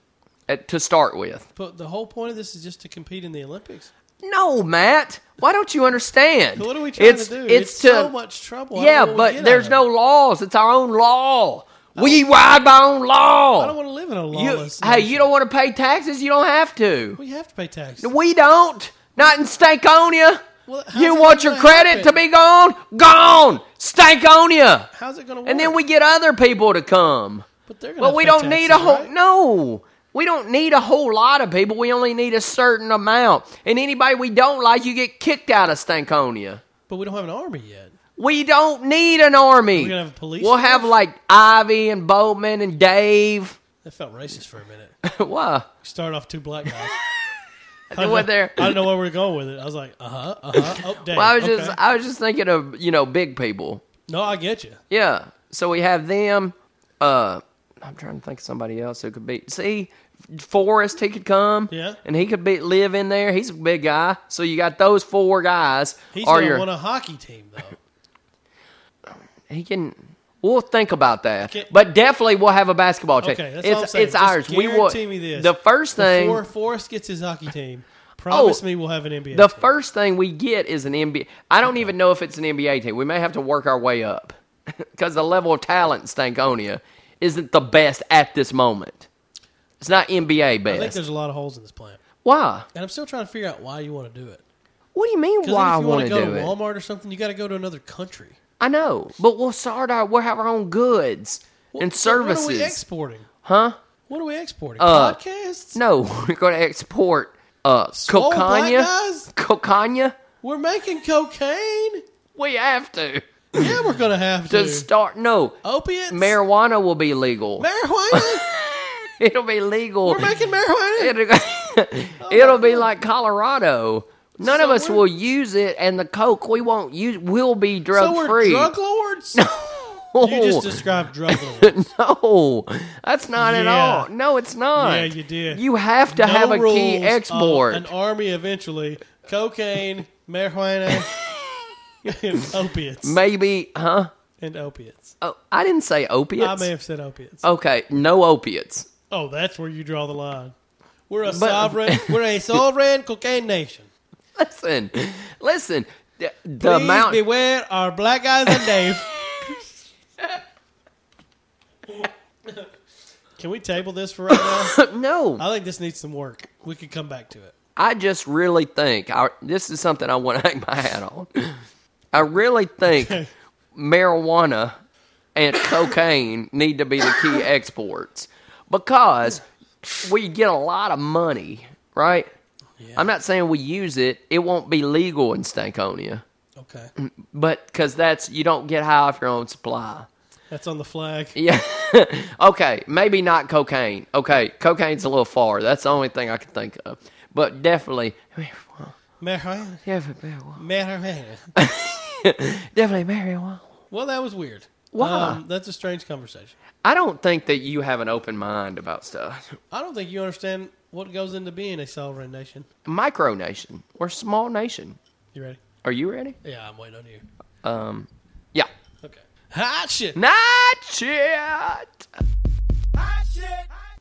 Speaker 2: uh, to start with
Speaker 1: But the whole point of this is just to compete in the Olympics.
Speaker 2: no matt why don't you understand
Speaker 1: What are we trying
Speaker 2: It's-
Speaker 1: to do?
Speaker 2: it's, to,
Speaker 1: so much trouble. I
Speaker 2: yeah
Speaker 1: don't know what we
Speaker 2: but
Speaker 1: get
Speaker 2: there's
Speaker 1: out
Speaker 2: no
Speaker 1: of it.
Speaker 2: laws it's our own law We ride by on law.
Speaker 1: I don't want to live in a
Speaker 2: you,
Speaker 1: lawless.
Speaker 2: hey,
Speaker 1: nation.
Speaker 2: you don't want to pay taxes? You don't have to.
Speaker 1: We have to pay taxes.
Speaker 2: We don't. Not in Stankonia.
Speaker 1: Well, how's
Speaker 2: you
Speaker 1: that
Speaker 2: want your
Speaker 1: gonna
Speaker 2: credit to
Speaker 1: happen?
Speaker 2: be gone? Gone. Stankonia.
Speaker 1: How's it going to work?
Speaker 2: And then we get other people to come.
Speaker 1: But they're gonna
Speaker 2: Well,
Speaker 1: have
Speaker 2: we
Speaker 1: to pay
Speaker 2: don't need a
Speaker 1: taxes,
Speaker 2: whole
Speaker 1: right?
Speaker 2: no. We don't need a whole lot of people. We only need a certain amount. And anybody we don't like, you get kicked out of Stankonia.
Speaker 1: But we don't have an army yet.
Speaker 2: We don't need an army.
Speaker 1: We're gonna have a police
Speaker 2: We'll have
Speaker 1: force?
Speaker 2: like Ivy and Boatman and Dave. <laughs>
Speaker 1: That felt racist for a minute.
Speaker 2: what?
Speaker 1: We started off two black guys. I don't-
Speaker 2: What they're-
Speaker 1: I don't know where we're going with it. I was like, uh huh, uh huh. Oh, damn.
Speaker 2: Well, I was
Speaker 1: okay.
Speaker 2: just I was just thinking of you know big people.
Speaker 1: no, I get you.
Speaker 2: Yeah. So we have them. Uh, I'm trying to think of somebody else who could be. See, Forrest, he could come.
Speaker 1: Yeah.
Speaker 2: And he could be live in there. He's a big guy. So you got those four guys.
Speaker 1: He's
Speaker 2: Or
Speaker 1: gonna
Speaker 2: your-
Speaker 1: want a hockey team though.
Speaker 2: he can. We'll think about that.
Speaker 1: Okay.
Speaker 2: But definitely, we'll have a basketball team.
Speaker 1: Okay, that's
Speaker 2: it's
Speaker 1: all I'm saying.
Speaker 2: it's
Speaker 1: Just
Speaker 2: ours. We will.
Speaker 1: guarantee me this.
Speaker 2: The first thing. Oh,
Speaker 1: Before Forrest gets his hockey
Speaker 2: <laughs>
Speaker 1: team, promise me we'll have an NBA.
Speaker 2: The
Speaker 1: team.
Speaker 2: first thing we get is an NBA. I don't even know if it's an NBA team. We may have to work our way up <laughs> because the level of talent in Stankonia isn't the best at this moment. It's not NBA
Speaker 1: I think
Speaker 2: best.
Speaker 1: there's a lot of holes in this plan,
Speaker 2: Why?
Speaker 1: and I'm still trying to figure out why you want to do it.
Speaker 2: What do you mean?
Speaker 1: Because
Speaker 2: Why I
Speaker 1: if you wanna
Speaker 2: want to
Speaker 1: go
Speaker 2: do
Speaker 1: to
Speaker 2: it?
Speaker 1: Walmart or something, you got to go to another country.
Speaker 2: I know, but we'll sort our we'll have our own goods
Speaker 1: Wh-
Speaker 2: and
Speaker 1: so
Speaker 2: services,
Speaker 1: What are we exporting?
Speaker 2: huh?
Speaker 1: What are we exporting?
Speaker 2: Uh,
Speaker 1: Podcasts?
Speaker 2: No, <laughs> we're going to export uh
Speaker 1: Small black
Speaker 2: cocaine.
Speaker 1: guys?
Speaker 2: Cocaine.
Speaker 1: We're making cocaine.
Speaker 2: We have to
Speaker 1: Yeah, we're gonna have to.
Speaker 2: to start. No,
Speaker 1: Uh, Opiates,
Speaker 2: marijuana will be legal.
Speaker 1: marijuana.
Speaker 2: <laughs> It'll be legal.
Speaker 1: we're making marijuana.
Speaker 2: <laughs>
Speaker 1: <laughs> Oh,
Speaker 2: It'll, it'll be like Colorado. None of
Speaker 1: So
Speaker 2: us
Speaker 1: we're-
Speaker 2: will use it, and the coke we won't use will be drug
Speaker 1: So we're
Speaker 2: free. <laughs>
Speaker 1: drug lords. You just described drug lords.
Speaker 2: <laughs> no, that's not at
Speaker 1: Yeah.
Speaker 2: all. No, it's not.
Speaker 1: Yeah, you did.
Speaker 2: You have to
Speaker 1: No
Speaker 2: have a key
Speaker 1: rules, uh,
Speaker 2: export.
Speaker 1: an army eventually. Cocaine,
Speaker 2: <laughs>
Speaker 1: marijuana, and opiates.
Speaker 2: Maybe, huh?
Speaker 1: and opiates.
Speaker 2: Oh, I didn't say
Speaker 1: I
Speaker 2: opiates.
Speaker 1: may have said opiates.
Speaker 2: okay, no opiates. <laughs>
Speaker 1: Oh, that's where you draw the line. We're a sovereign. we're
Speaker 2: <laughs>
Speaker 1: a sovereign cocaine nation.
Speaker 2: Listen, listen. The, the
Speaker 1: Please
Speaker 2: amount.
Speaker 1: beware our black eyes and
Speaker 2: <laughs>
Speaker 1: Dave. Can we table this for right now?
Speaker 2: <laughs> no,
Speaker 1: I think this needs some work. We could come back to it.
Speaker 2: I just really think I, this is something I want to <laughs> hang my hat on. I really think marijuana and cocaine need to be the key exports because we get a lot of money, right? I'm not saying we use it; it won't be legal in Stankonia,
Speaker 1: Okay,
Speaker 2: but because that's you don't get high off your own supply. <laughs>
Speaker 1: that's on the flag.
Speaker 2: Yeah. okay. Maybe not cocaine. Okay, cocaine's a little far. That's the only thing I can think of. But definitely,
Speaker 1: Marijuana,
Speaker 2: yeah, but marijuana.
Speaker 1: marijuana.
Speaker 2: Definitely marijuana.
Speaker 1: Well, that was weird. Um,
Speaker 2: Why?
Speaker 1: that's a strange conversation.
Speaker 2: I don't think that you have an open mind about stuff.
Speaker 1: I don't think you understand what goes into being a sovereign nation.
Speaker 2: Micronation or small nation.
Speaker 1: You ready?
Speaker 2: Are you ready?
Speaker 1: Yeah, I'm waiting on you.
Speaker 2: Um, yeah.
Speaker 1: Okay. Hot shit.
Speaker 2: Not shit.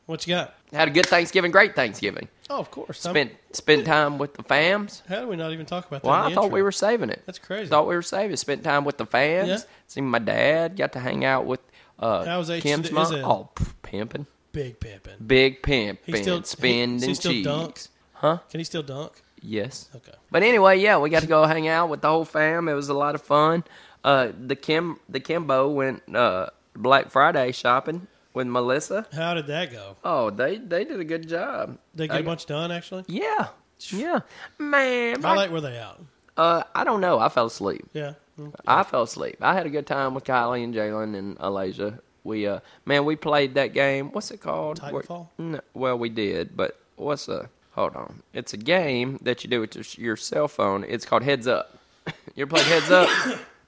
Speaker 1: What you got?
Speaker 2: Had a good Thanksgiving. Great Thanksgiving.
Speaker 1: Oh, of course. I'm-
Speaker 2: Spent spent time with the fams.
Speaker 1: How do we not even talk about that?
Speaker 2: Well,
Speaker 1: in
Speaker 2: I
Speaker 1: the
Speaker 2: thought
Speaker 1: intro?
Speaker 2: we were saving it.
Speaker 1: That's crazy.
Speaker 2: Thought we were saving. it. Spent time with the fams.
Speaker 1: Yeah.
Speaker 2: Seen my dad. Got to hang out with uh,
Speaker 1: How's H
Speaker 2: Kim's
Speaker 1: to the
Speaker 2: mom.
Speaker 1: Izzy?
Speaker 2: Oh, pff, pimping.
Speaker 1: big pimping.
Speaker 2: Big pimping.
Speaker 1: still- he-
Speaker 2: spending
Speaker 1: does he still
Speaker 2: cheese.
Speaker 1: dunk?
Speaker 2: Huh?
Speaker 1: Can he still dunk?
Speaker 2: Yes.
Speaker 1: Okay.
Speaker 2: But anyway, yeah, we got to go hang out with the whole fam. It was a lot of fun. Uh, the Kim, the Kimbo went uh, Black Friday shopping with Melissa.
Speaker 1: How did that go?
Speaker 2: Oh, they they did a good job.
Speaker 1: They get
Speaker 2: I-
Speaker 1: a bunch done actually.
Speaker 2: Yeah, yeah, man.
Speaker 1: How late were they out?
Speaker 2: uh, I don't know. I fell asleep.
Speaker 1: Yeah. Mm.
Speaker 2: I fell asleep. I had a good time with Kylie and Jalen and Alasia. We uh, man, we played that game. What's it called?
Speaker 1: Titanfall?
Speaker 2: Where- No, well, we did, but what's a? Hold on. It's a game that you do with your, your cell phone. It's called Heads Up. <laughs> you ever played Heads Up?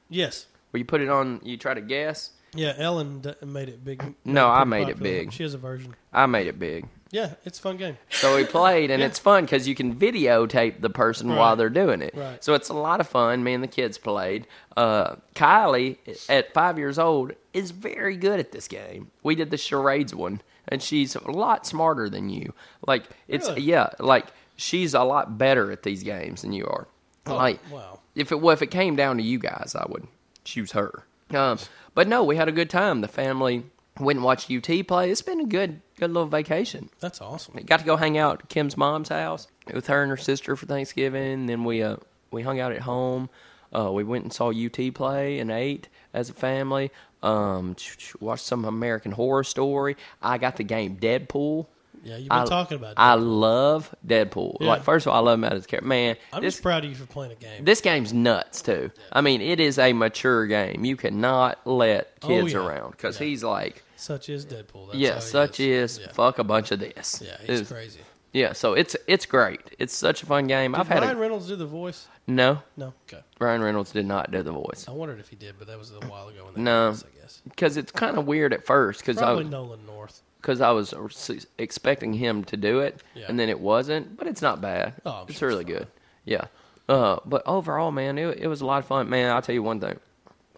Speaker 1: Yes.
Speaker 2: Where you put it on, you try to guess.
Speaker 1: Yeah. Ellen d- made it big. made
Speaker 2: No,
Speaker 1: it
Speaker 2: I
Speaker 1: pretty
Speaker 2: made it
Speaker 1: popular.
Speaker 2: big.
Speaker 1: She has a version.
Speaker 2: I made it big.
Speaker 1: Yeah, it's a fun game.
Speaker 2: So we played, and it's fun because you can videotape the person while
Speaker 1: Right.
Speaker 2: they're doing it.
Speaker 1: Right.
Speaker 2: So it's a lot of fun. Me and the kids played. Uh, Kylie, at five years old, is very good at this game. We did the charades one, and she's a lot smarter than you. Like it's
Speaker 1: Really?
Speaker 2: yeah, like she's a lot better at these games than you are. like
Speaker 1: Oh, wow.
Speaker 2: if it well, if it came down to you guys, I would choose her. Um, but no, we had a good time. The family Went and watched UT play. It's been a good, good little vacation.
Speaker 1: That's awesome.
Speaker 2: Got to go hang out at Kim's mom's house with her and her sister for Thanksgiving. Then we uh, we hung out at home. Uh, we went and saw UT play and ate as a family. Um, watched some American Horror Story. I got the game Deadpool.
Speaker 1: Yeah, you've been
Speaker 2: I-
Speaker 1: talking about.
Speaker 2: I
Speaker 1: that.
Speaker 2: love Deadpool.
Speaker 1: Yeah.
Speaker 2: Like, first of all, I love him out as a character. Man,
Speaker 1: I'm
Speaker 2: this,
Speaker 1: just proud of you for playing a game.
Speaker 2: this game's nuts too. I mean, it is a mature game. You cannot let
Speaker 1: Oh,
Speaker 2: kids
Speaker 1: yeah.
Speaker 2: around because
Speaker 1: Yeah.
Speaker 2: he's like,
Speaker 1: such is Deadpool. That's how
Speaker 2: yeah,
Speaker 1: he
Speaker 2: such is.
Speaker 1: Yeah.
Speaker 2: Fuck a bunch of this.
Speaker 1: Yeah, he's
Speaker 2: It's-
Speaker 1: crazy.
Speaker 2: Yeah, so it's it's great. It's such a fun game. I've
Speaker 1: Did
Speaker 2: had
Speaker 1: Ryan
Speaker 2: a,
Speaker 1: Reynolds do the voice?
Speaker 2: no.
Speaker 1: No. Okay.
Speaker 2: Ryan Reynolds did not do the voice
Speaker 1: I wondered if he did, but that was a while ago. When that
Speaker 2: No.
Speaker 1: was, I guess.
Speaker 2: because it's kind of weird at first because I
Speaker 1: Probably
Speaker 2: was-
Speaker 1: Nolan North.
Speaker 2: because I was s- expecting him to do it,
Speaker 1: Yeah.
Speaker 2: and then it wasn't. But it's not bad.
Speaker 1: Oh, I'm
Speaker 2: it's
Speaker 1: sure it's
Speaker 2: really
Speaker 1: fine.
Speaker 2: good. Yeah. Uh, but overall, man, it, it was a lot of fun. Man, I'll tell you one thing.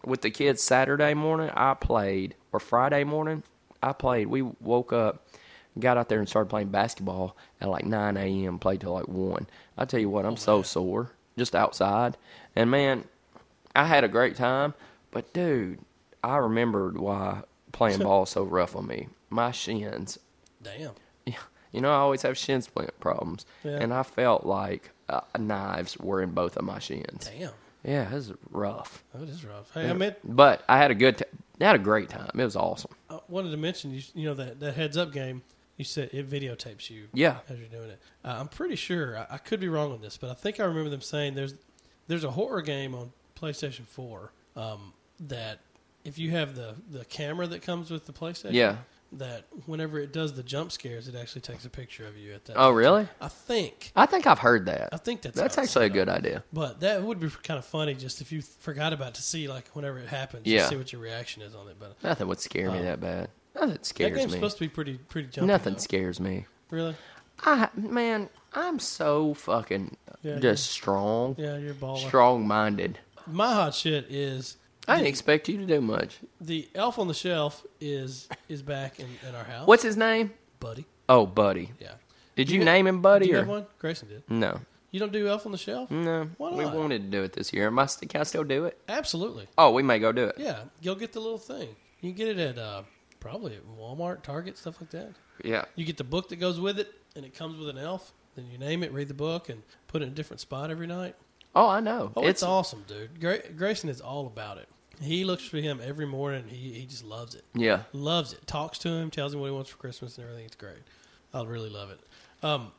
Speaker 2: With the kids Saturday morning, I played, or Friday morning, I played. We woke up, got out there and started playing basketball at like 9 a.m., played till like 1. I tell you what, I'm
Speaker 1: Oh,
Speaker 2: so sore just outside. And man, I had a great time, but dude, I remembered why
Speaker 1: <laughs>
Speaker 2: playing ball so rough on me. My shins,
Speaker 1: Damn.
Speaker 2: you know, I always have shin splint problems,
Speaker 1: Yeah.
Speaker 2: and I felt like uh, knives were in both of my shins.
Speaker 1: Damn.
Speaker 2: Yeah, this is rough.
Speaker 1: That is rough. Hey, I meant
Speaker 2: But I had a good, t- I had a great time. It was awesome.
Speaker 1: I wanted to mention you. You know that that heads up game. You said it videotapes you.
Speaker 2: Yeah.
Speaker 1: As you're doing it, uh, I'm pretty sure. I, I could be wrong on this, but I think I remember them saying there's there's a horror game on PlayStation 4 um, that if you have the the camera that comes with the PlayStation,
Speaker 2: Yeah.
Speaker 1: that whenever it does the jump scares, it actually takes a picture of you at that.
Speaker 2: Oh, really?
Speaker 1: I think.
Speaker 2: I think I've heard
Speaker 1: I
Speaker 2: that.
Speaker 1: think that's
Speaker 2: That's
Speaker 1: how it's
Speaker 2: actually a
Speaker 1: set up.
Speaker 2: good idea.
Speaker 1: But that would be kind of funny, just if you forgot about it, to see like whenever it happens,
Speaker 2: Yeah.
Speaker 1: to see what your reaction is on it. But
Speaker 2: Nothing would scare me
Speaker 1: Um,
Speaker 2: that bad. Oh. Nothing
Speaker 1: that
Speaker 2: scares
Speaker 1: game's
Speaker 2: me.
Speaker 1: supposed to be pretty pretty jumpy.
Speaker 2: Nothing
Speaker 1: though.
Speaker 2: scares me.
Speaker 1: Really?
Speaker 2: I man, I'm so fucking
Speaker 1: Yeah,
Speaker 2: just strong,
Speaker 1: Yeah, you're a baller.
Speaker 2: strong minded.
Speaker 1: My hot shit is
Speaker 2: I didn't expect you to do much.
Speaker 1: the Elf on the Shelf is is back in, in our house.
Speaker 2: What's his name?
Speaker 1: buddy?
Speaker 2: Oh, Buddy.
Speaker 1: Yeah.
Speaker 2: Did
Speaker 1: Do
Speaker 2: you
Speaker 1: you-
Speaker 2: name him
Speaker 1: Do
Speaker 2: Buddy
Speaker 1: you have
Speaker 2: or
Speaker 1: one? Grayson did.
Speaker 2: no?
Speaker 1: You don't do Elf on the Shelf?
Speaker 2: No,
Speaker 1: Why
Speaker 2: we
Speaker 1: not?
Speaker 2: wanted to do it this year. Am I st- can I still do it?
Speaker 1: Absolutely.
Speaker 2: Oh, we may go do it.
Speaker 1: Yeah. Go get the little thing. You can get it at uh, probably at Walmart, Target, stuff like that.
Speaker 2: Yeah,
Speaker 1: You get the book that goes with it, and it comes with an elf. Then you name it, read the book, and put it in a different spot every night.
Speaker 2: Oh, I know.
Speaker 1: Oh, it's,
Speaker 2: it's
Speaker 1: awesome, dude. Gra- Grayson is all about it. He looks for him every morning. and He he just loves it.
Speaker 2: yeah.
Speaker 1: Loves it. Talks to him, tells him what he wants for Christmas and everything. It's great. I really love it. Um,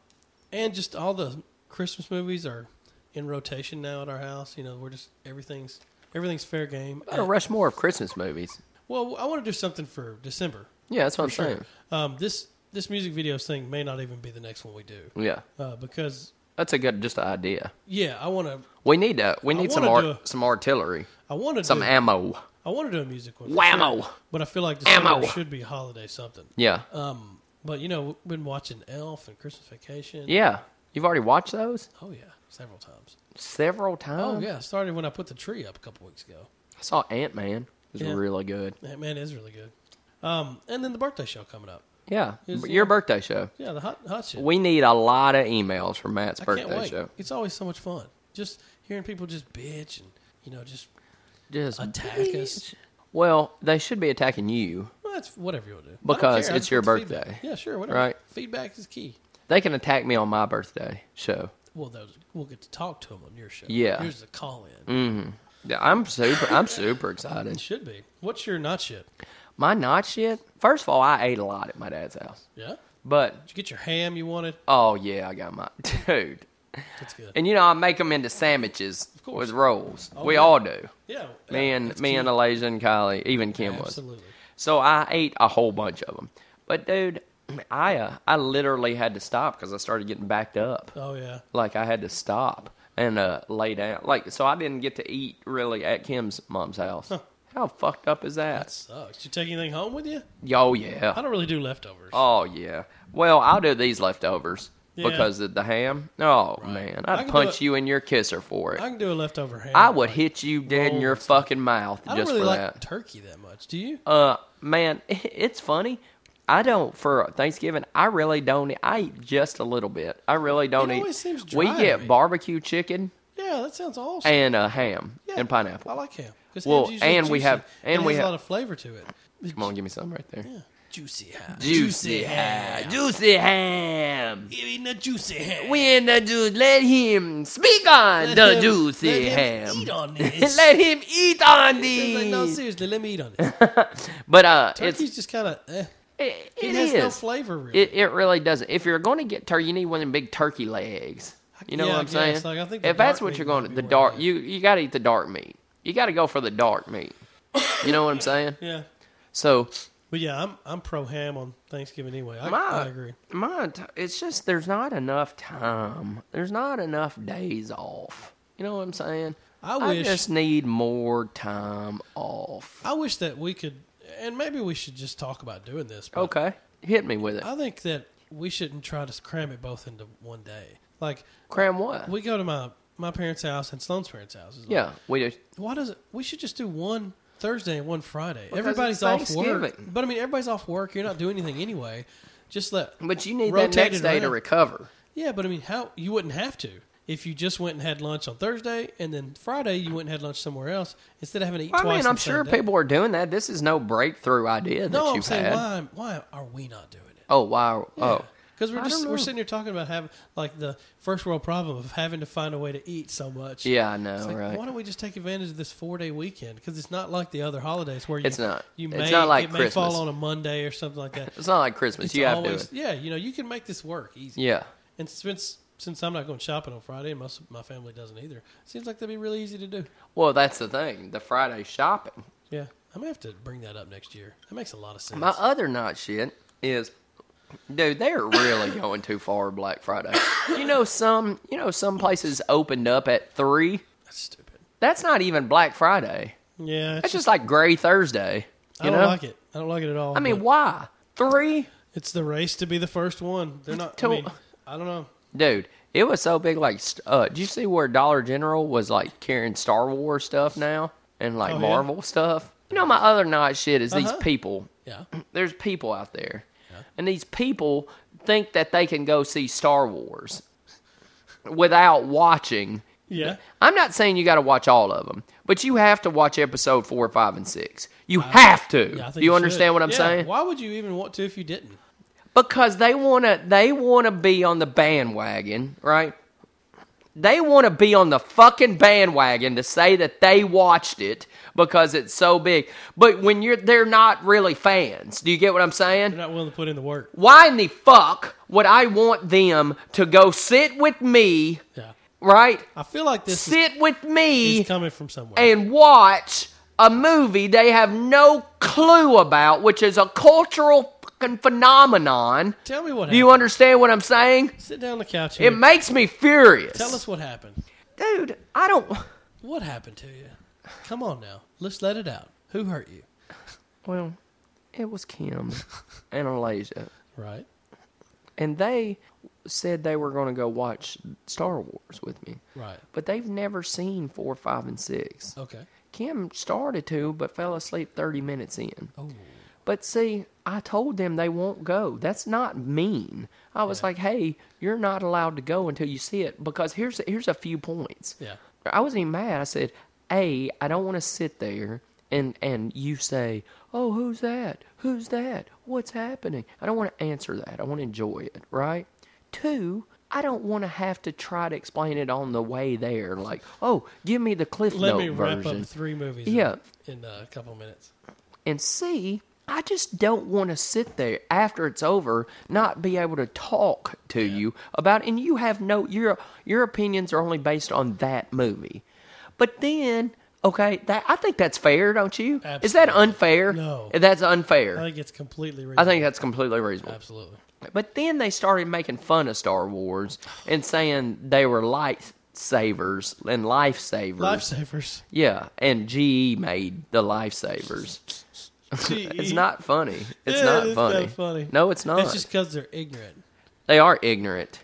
Speaker 1: and just all the Christmas movies are in rotation now at our house. You know, we're just everything's everything's fair game. Uh,
Speaker 2: I gotta rush more of Christmas movies.
Speaker 1: well, I want to do something for December.
Speaker 2: Yeah, that's what
Speaker 1: for
Speaker 2: I'm
Speaker 1: sure. Um, this this music video thing may not even be the next one we do
Speaker 2: saying. Yeah,
Speaker 1: uh, because
Speaker 2: that's a good just an idea.
Speaker 1: yeah, I want to
Speaker 2: We need to. We
Speaker 1: I
Speaker 2: need some
Speaker 1: wanna
Speaker 2: art,
Speaker 1: do a-
Speaker 2: some artillery,
Speaker 1: I want to
Speaker 2: some
Speaker 1: do,
Speaker 2: ammo.
Speaker 1: I want to do a music one. for
Speaker 2: Whammo.
Speaker 1: sure, but I feel like December
Speaker 2: Ammo.
Speaker 1: should be a holiday something.
Speaker 2: Yeah,
Speaker 1: Um, but you know, we've been watching Elf and Christmas Vacation.
Speaker 2: yeah. You've already watched those
Speaker 1: Oh yeah, several times.
Speaker 2: several times.
Speaker 1: Oh yeah, started when I put the tree up a couple weeks ago.
Speaker 2: I saw Ant Man. It was
Speaker 1: Yeah.
Speaker 2: really good.
Speaker 1: That man is really good. Um, and then the birthday show coming up.
Speaker 2: Yeah,
Speaker 1: Is,
Speaker 2: your
Speaker 1: uh,
Speaker 2: birthday show.
Speaker 1: Yeah, the hot hot shit.
Speaker 2: We need a lot of emails for Matt's
Speaker 1: I can't
Speaker 2: birthday
Speaker 1: wait.
Speaker 2: show.
Speaker 1: It's always so much fun. Just hearing people just bitch and you know just
Speaker 2: Just
Speaker 1: attack us.
Speaker 2: Well, they should be attacking you.
Speaker 1: Well, that's whatever you want to do. I don't
Speaker 2: Because
Speaker 1: care. I
Speaker 2: it's
Speaker 1: just
Speaker 2: your
Speaker 1: want the feedback.
Speaker 2: birthday.
Speaker 1: Yeah, sure. Whatever.
Speaker 2: Right.
Speaker 1: Feedback is key.
Speaker 2: They can attack me on my birthday show.
Speaker 1: Well, those we'll get to talk to them on your show.
Speaker 2: Yeah. Mm.
Speaker 1: Here's the call in.
Speaker 2: Yeah, I'm super. I'm super
Speaker 1: It
Speaker 2: excited.
Speaker 1: should be. What's your not shit?
Speaker 2: My not shit. First of all, I ate a lot at my dad's house,
Speaker 1: Yeah. Did
Speaker 2: but
Speaker 1: you get your ham you wanted?
Speaker 2: oh yeah, I got my <laughs> dude.
Speaker 1: That's good.
Speaker 2: And you know, I make them into sandwiches
Speaker 1: course. Oh,
Speaker 2: with rolls. we
Speaker 1: yeah.
Speaker 2: all do.
Speaker 1: yeah.
Speaker 2: Me
Speaker 1: yeah,
Speaker 2: and
Speaker 1: that's
Speaker 2: me
Speaker 1: cute.
Speaker 2: and Elijah and Kylie, even Kim was.
Speaker 1: Absolutely.
Speaker 2: So I ate a whole bunch of them. But dude, I uh, I literally had to stop because I started getting backed up.
Speaker 1: Oh yeah.
Speaker 2: like I had to stop and uh, lay down. Like so, I didn't get to eat really at Kim's mom's house. How fucked up is
Speaker 1: That
Speaker 2: that?
Speaker 1: sucks. You take anything home with you?
Speaker 2: Oh
Speaker 1: I
Speaker 2: yeah,
Speaker 1: don't really do leftovers.
Speaker 2: oh yeah. Well, I'll do these leftovers
Speaker 1: Yeah.
Speaker 2: because of the ham. Oh man,
Speaker 1: I
Speaker 2: I'd
Speaker 1: can
Speaker 2: punch
Speaker 1: do
Speaker 2: you in your kisser for it.
Speaker 1: I
Speaker 2: I,
Speaker 1: can do a leftover ham.
Speaker 2: would
Speaker 1: like-
Speaker 2: hit you dead in
Speaker 1: roll
Speaker 2: your
Speaker 1: and stuff.
Speaker 2: fucking mouth
Speaker 1: I don't
Speaker 2: just
Speaker 1: really
Speaker 2: for
Speaker 1: like
Speaker 2: that.
Speaker 1: turkey that much. Do you?
Speaker 2: Uh, man, <laughs> it's funny. I don't for Thanksgiving. I really don't. eat- I eat just a little bit. I really don't
Speaker 1: It
Speaker 2: eat.
Speaker 1: always seems
Speaker 2: we
Speaker 1: dry to me.
Speaker 2: get barbecue chicken
Speaker 1: Yeah, that sounds awesome.
Speaker 2: and uh, ham
Speaker 1: Yeah,
Speaker 2: and pineapple.
Speaker 1: I like ham. 'Cause
Speaker 2: Well,
Speaker 1: ham's usually
Speaker 2: and we
Speaker 1: juicy,
Speaker 2: have- and
Speaker 1: it
Speaker 2: we
Speaker 1: has
Speaker 2: have-
Speaker 1: a lot of flavor to it.
Speaker 2: Come on, give me some right there.
Speaker 1: Juicy ham.
Speaker 2: Juicy ham. Juicy ham.
Speaker 1: Give me the juicy ham.
Speaker 2: When the juice, let him speak on
Speaker 1: Let
Speaker 2: the
Speaker 1: him-
Speaker 2: juicy
Speaker 1: let him
Speaker 2: ham.
Speaker 1: eat
Speaker 2: <laughs>
Speaker 1: on this.
Speaker 2: let him eat on
Speaker 1: It's
Speaker 2: these.
Speaker 1: like, no, seriously, let me eat on
Speaker 2: <laughs>
Speaker 1: it.
Speaker 2: but uh, it's
Speaker 1: Turkey's just kind of. Eh.
Speaker 2: it,
Speaker 1: It,
Speaker 2: it
Speaker 1: has
Speaker 2: is.
Speaker 1: no flavor, really.
Speaker 2: it, it really doesn't. If you're going to get turkey, you need one of them big turkey legs. You know
Speaker 1: Yeah,
Speaker 2: what
Speaker 1: I
Speaker 2: I'm
Speaker 1: guess.
Speaker 2: saying?
Speaker 1: Like, I think the
Speaker 2: if that's
Speaker 1: dark
Speaker 2: what
Speaker 1: meat
Speaker 2: you're
Speaker 1: might
Speaker 2: going to,
Speaker 1: be
Speaker 2: the
Speaker 1: one of
Speaker 2: dark
Speaker 1: them.
Speaker 2: you you got to eat the dark meat. You got to go for the dark meat. You know what
Speaker 1: <laughs>
Speaker 2: I'm saying?
Speaker 1: yeah.
Speaker 2: So
Speaker 1: But yeah, I'm I'm pro ham on Thanksgiving anyway. I,
Speaker 2: my,
Speaker 1: I agree.
Speaker 2: My, t- it's just there's not enough time. There's not enough days off. You know what I'm saying?
Speaker 1: I
Speaker 2: I
Speaker 1: wish- Uh,
Speaker 2: just need more time off.
Speaker 1: I wish that we could, and maybe we should just talk about doing this. But
Speaker 2: Okay, hit me with it.
Speaker 1: I think that we shouldn't try to cram it both into one day. Like
Speaker 2: Cram what?
Speaker 1: we go to my my parents' house and Sloan's parents' house. It's like,
Speaker 2: yeah, we just
Speaker 1: Why does it? We should just do one Thursday and one Friday.
Speaker 2: Because
Speaker 1: everybody's
Speaker 2: it's
Speaker 1: off work,
Speaker 2: Thanksgiving.
Speaker 1: but I mean everybody's off work. You're not doing anything anyway. Just let.
Speaker 2: But you need
Speaker 1: rotate
Speaker 2: that next
Speaker 1: it
Speaker 2: day to
Speaker 1: around.
Speaker 2: recover.
Speaker 1: Yeah, but I mean, how you wouldn't have to if you just went and had lunch on Thursday and then Friday you went and had lunch somewhere else instead of having to eat
Speaker 2: Well,
Speaker 1: twice.
Speaker 2: I mean,
Speaker 1: on
Speaker 2: I'm
Speaker 1: the
Speaker 2: sure
Speaker 1: same day.
Speaker 2: people are doing that. This is no breakthrough idea that
Speaker 1: No, I'm
Speaker 2: you've
Speaker 1: saying
Speaker 2: had.
Speaker 1: why why are we not doing it?
Speaker 2: Oh wow! Oh,
Speaker 1: Because
Speaker 2: I
Speaker 1: we're
Speaker 2: don't
Speaker 1: just
Speaker 2: know.
Speaker 1: we're sitting here talking about having like the first world problem of having to find a way to eat so much.
Speaker 2: yeah, I know,
Speaker 1: It's like,
Speaker 2: right?
Speaker 1: Why don't we just take advantage of this four day weekend? Because it's not like the other holidays where you,
Speaker 2: It's not.
Speaker 1: You
Speaker 2: It's
Speaker 1: may,
Speaker 2: not like
Speaker 1: it may fall
Speaker 2: Christmas.
Speaker 1: on a Monday or something like that.
Speaker 2: It's not like Christmas.
Speaker 1: It's
Speaker 2: <laughs> you have
Speaker 1: always
Speaker 2: to do it.
Speaker 1: yeah. You know you can make this work easy.
Speaker 2: Yeah,
Speaker 1: And since since I'm not going shopping on Friday, and most of my family doesn't either. Seems like that'd be really easy to do.
Speaker 2: well, that's the thing. The Friday shopping.
Speaker 1: Yeah, I may have to bring that up next year. That makes a lot of sense.
Speaker 2: My uh, other night shit is, dude, they're really going too far Black Friday. You know some, you know some places opened up at three.
Speaker 1: That's stupid.
Speaker 2: That's not even Black Friday.
Speaker 1: Yeah,
Speaker 2: That's
Speaker 1: it's-
Speaker 2: just like Gray Thursday. You
Speaker 1: I don't
Speaker 2: know?
Speaker 1: Oh, like it. I don't like it at all.
Speaker 2: I mean,
Speaker 1: but
Speaker 2: why three?
Speaker 1: it's the race to be the first one. They're not. I
Speaker 2: Tell-
Speaker 1: mean, I don't know.
Speaker 2: Dude, it was so big. Like, st- uh, did you see where Dollar General was like carrying Star Wars stuff now and like
Speaker 1: Oh, yeah?
Speaker 2: Marvel stuff? You know, my other night shit is
Speaker 1: Uh-huh.
Speaker 2: these people.
Speaker 1: Yeah,
Speaker 2: There's people out there, and these people think that they can go see Star Wars without watching.
Speaker 1: yeah.
Speaker 2: I'm not saying you got to watch all of them, but you have to watch episode four, five, and six. You have to.
Speaker 1: yeah I
Speaker 2: Do
Speaker 1: think
Speaker 2: you
Speaker 1: should.
Speaker 2: understand what I'm
Speaker 1: Yeah,
Speaker 2: saying?
Speaker 1: Why would you even want to if you didn't?
Speaker 2: because they want to they want to be on the bandwagon, right? They want to be on the fucking bandwagon to say that they watched it because it's so big. But when you're they're not really fans. Do you get what I'm
Speaker 1: They're
Speaker 2: saying?
Speaker 1: not willing to put in the work.
Speaker 2: Why in the fuck would I want them to go sit with me,
Speaker 1: Yeah,
Speaker 2: right?
Speaker 1: I feel like this is,
Speaker 2: Sit with me
Speaker 1: is coming from somewhere.
Speaker 2: and watch a movie they have no clue about, which is a cultural fucking phenomenon.
Speaker 1: Tell me what
Speaker 2: Do you
Speaker 1: happened.
Speaker 2: understand what I'm saying?
Speaker 1: Sit down on the couch. Here.
Speaker 2: It makes me furious.
Speaker 1: Tell us what happened.
Speaker 2: dude. I don't.
Speaker 1: What happened to you? Come on now. Let's let it out. Who hurt you?
Speaker 2: Well, it was Kim and Alasia,
Speaker 1: Right.
Speaker 2: and they said they were going to go watch Star Wars with me,
Speaker 1: Right.
Speaker 2: but they've never seen four, five, and six.
Speaker 1: Okay.
Speaker 2: Kim started to, but fell asleep thirty minutes in.
Speaker 1: Oh.
Speaker 2: But see, I told them they won't go. That's not mean. I was like, hey, you're not allowed to go until you see it because here's here's a few points.
Speaker 1: Yeah.
Speaker 2: I wasn't even mad. I said, A, I don't want to sit there and, and you say, Oh, who's that? Who's that? What's happening? I don't want to answer that. I want to enjoy it, right? Two, I don't want to have to try to explain it on the way there. Like, oh, give me the Cliff
Speaker 1: Let
Speaker 2: Note
Speaker 1: me wrap
Speaker 2: version.
Speaker 1: up three movies.
Speaker 2: Yeah.
Speaker 1: In, in a couple minutes.
Speaker 2: And C, I just don't want to sit there after it's over, not be able to talk to you about and you have no your your opinions are only based on that movie. But then, okay, that I think that's fair, don't you? Is that
Speaker 1: Absolutely.
Speaker 2: unfair?
Speaker 1: No.
Speaker 2: That's
Speaker 1: I
Speaker 2: unfair.
Speaker 1: think it's completely. Reasonable.
Speaker 2: I think that's completely reasonable.
Speaker 1: absolutely.
Speaker 2: But then they started making fun of Star Wars and saying they were lightsabers and lifesavers.
Speaker 1: Lifesavers.
Speaker 2: yeah, and GE made the lifesavers. <laughs> It's not funny. It's
Speaker 1: E. Yeah,
Speaker 2: not
Speaker 1: it's
Speaker 2: funny.
Speaker 1: not funny.
Speaker 2: No, it's not.
Speaker 1: It's just because they're ignorant.
Speaker 2: they are ignorant.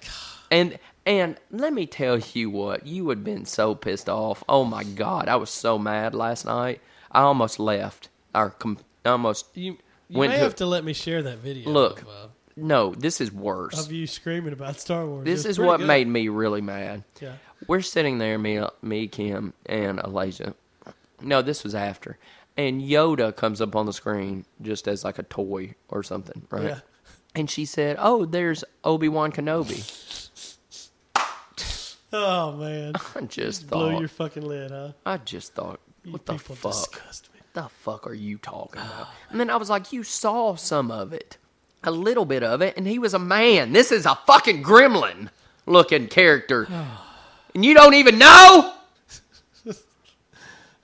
Speaker 2: And and let me tell you what, you would have been so pissed off. Oh my god, I was so mad last night. I almost left. Our com- almost
Speaker 1: You, you
Speaker 2: Went
Speaker 1: may
Speaker 2: to-
Speaker 1: have to let me share that video.
Speaker 2: Look.
Speaker 1: Of, uh,
Speaker 2: no. This is worse.
Speaker 1: of you screaming about Star Wars.
Speaker 2: this
Speaker 1: It was
Speaker 2: is what
Speaker 1: pretty good.
Speaker 2: made me really mad.
Speaker 1: Yeah.
Speaker 2: We're sitting there, me, me, Kim, and Alasia. No, this was after, and Yoda comes up on the screen just as like a toy or something, right?
Speaker 1: Yeah.
Speaker 2: And she said, "Oh, there's Obi Wan Kenobi."
Speaker 1: Oh
Speaker 2: <laughs>
Speaker 1: man,
Speaker 2: I just
Speaker 1: blow
Speaker 2: thought,
Speaker 1: your fucking lid, huh?
Speaker 2: I just thought,
Speaker 1: You
Speaker 2: what the
Speaker 1: people
Speaker 2: fuck?
Speaker 1: disgust me.
Speaker 2: the fuck are you
Speaker 1: <sighs>
Speaker 2: talking about? And then I was like, you saw some of it, a little bit of it, and he was a man. This is a fucking gremlin looking
Speaker 1: <sighs>
Speaker 2: character. and you don't even know?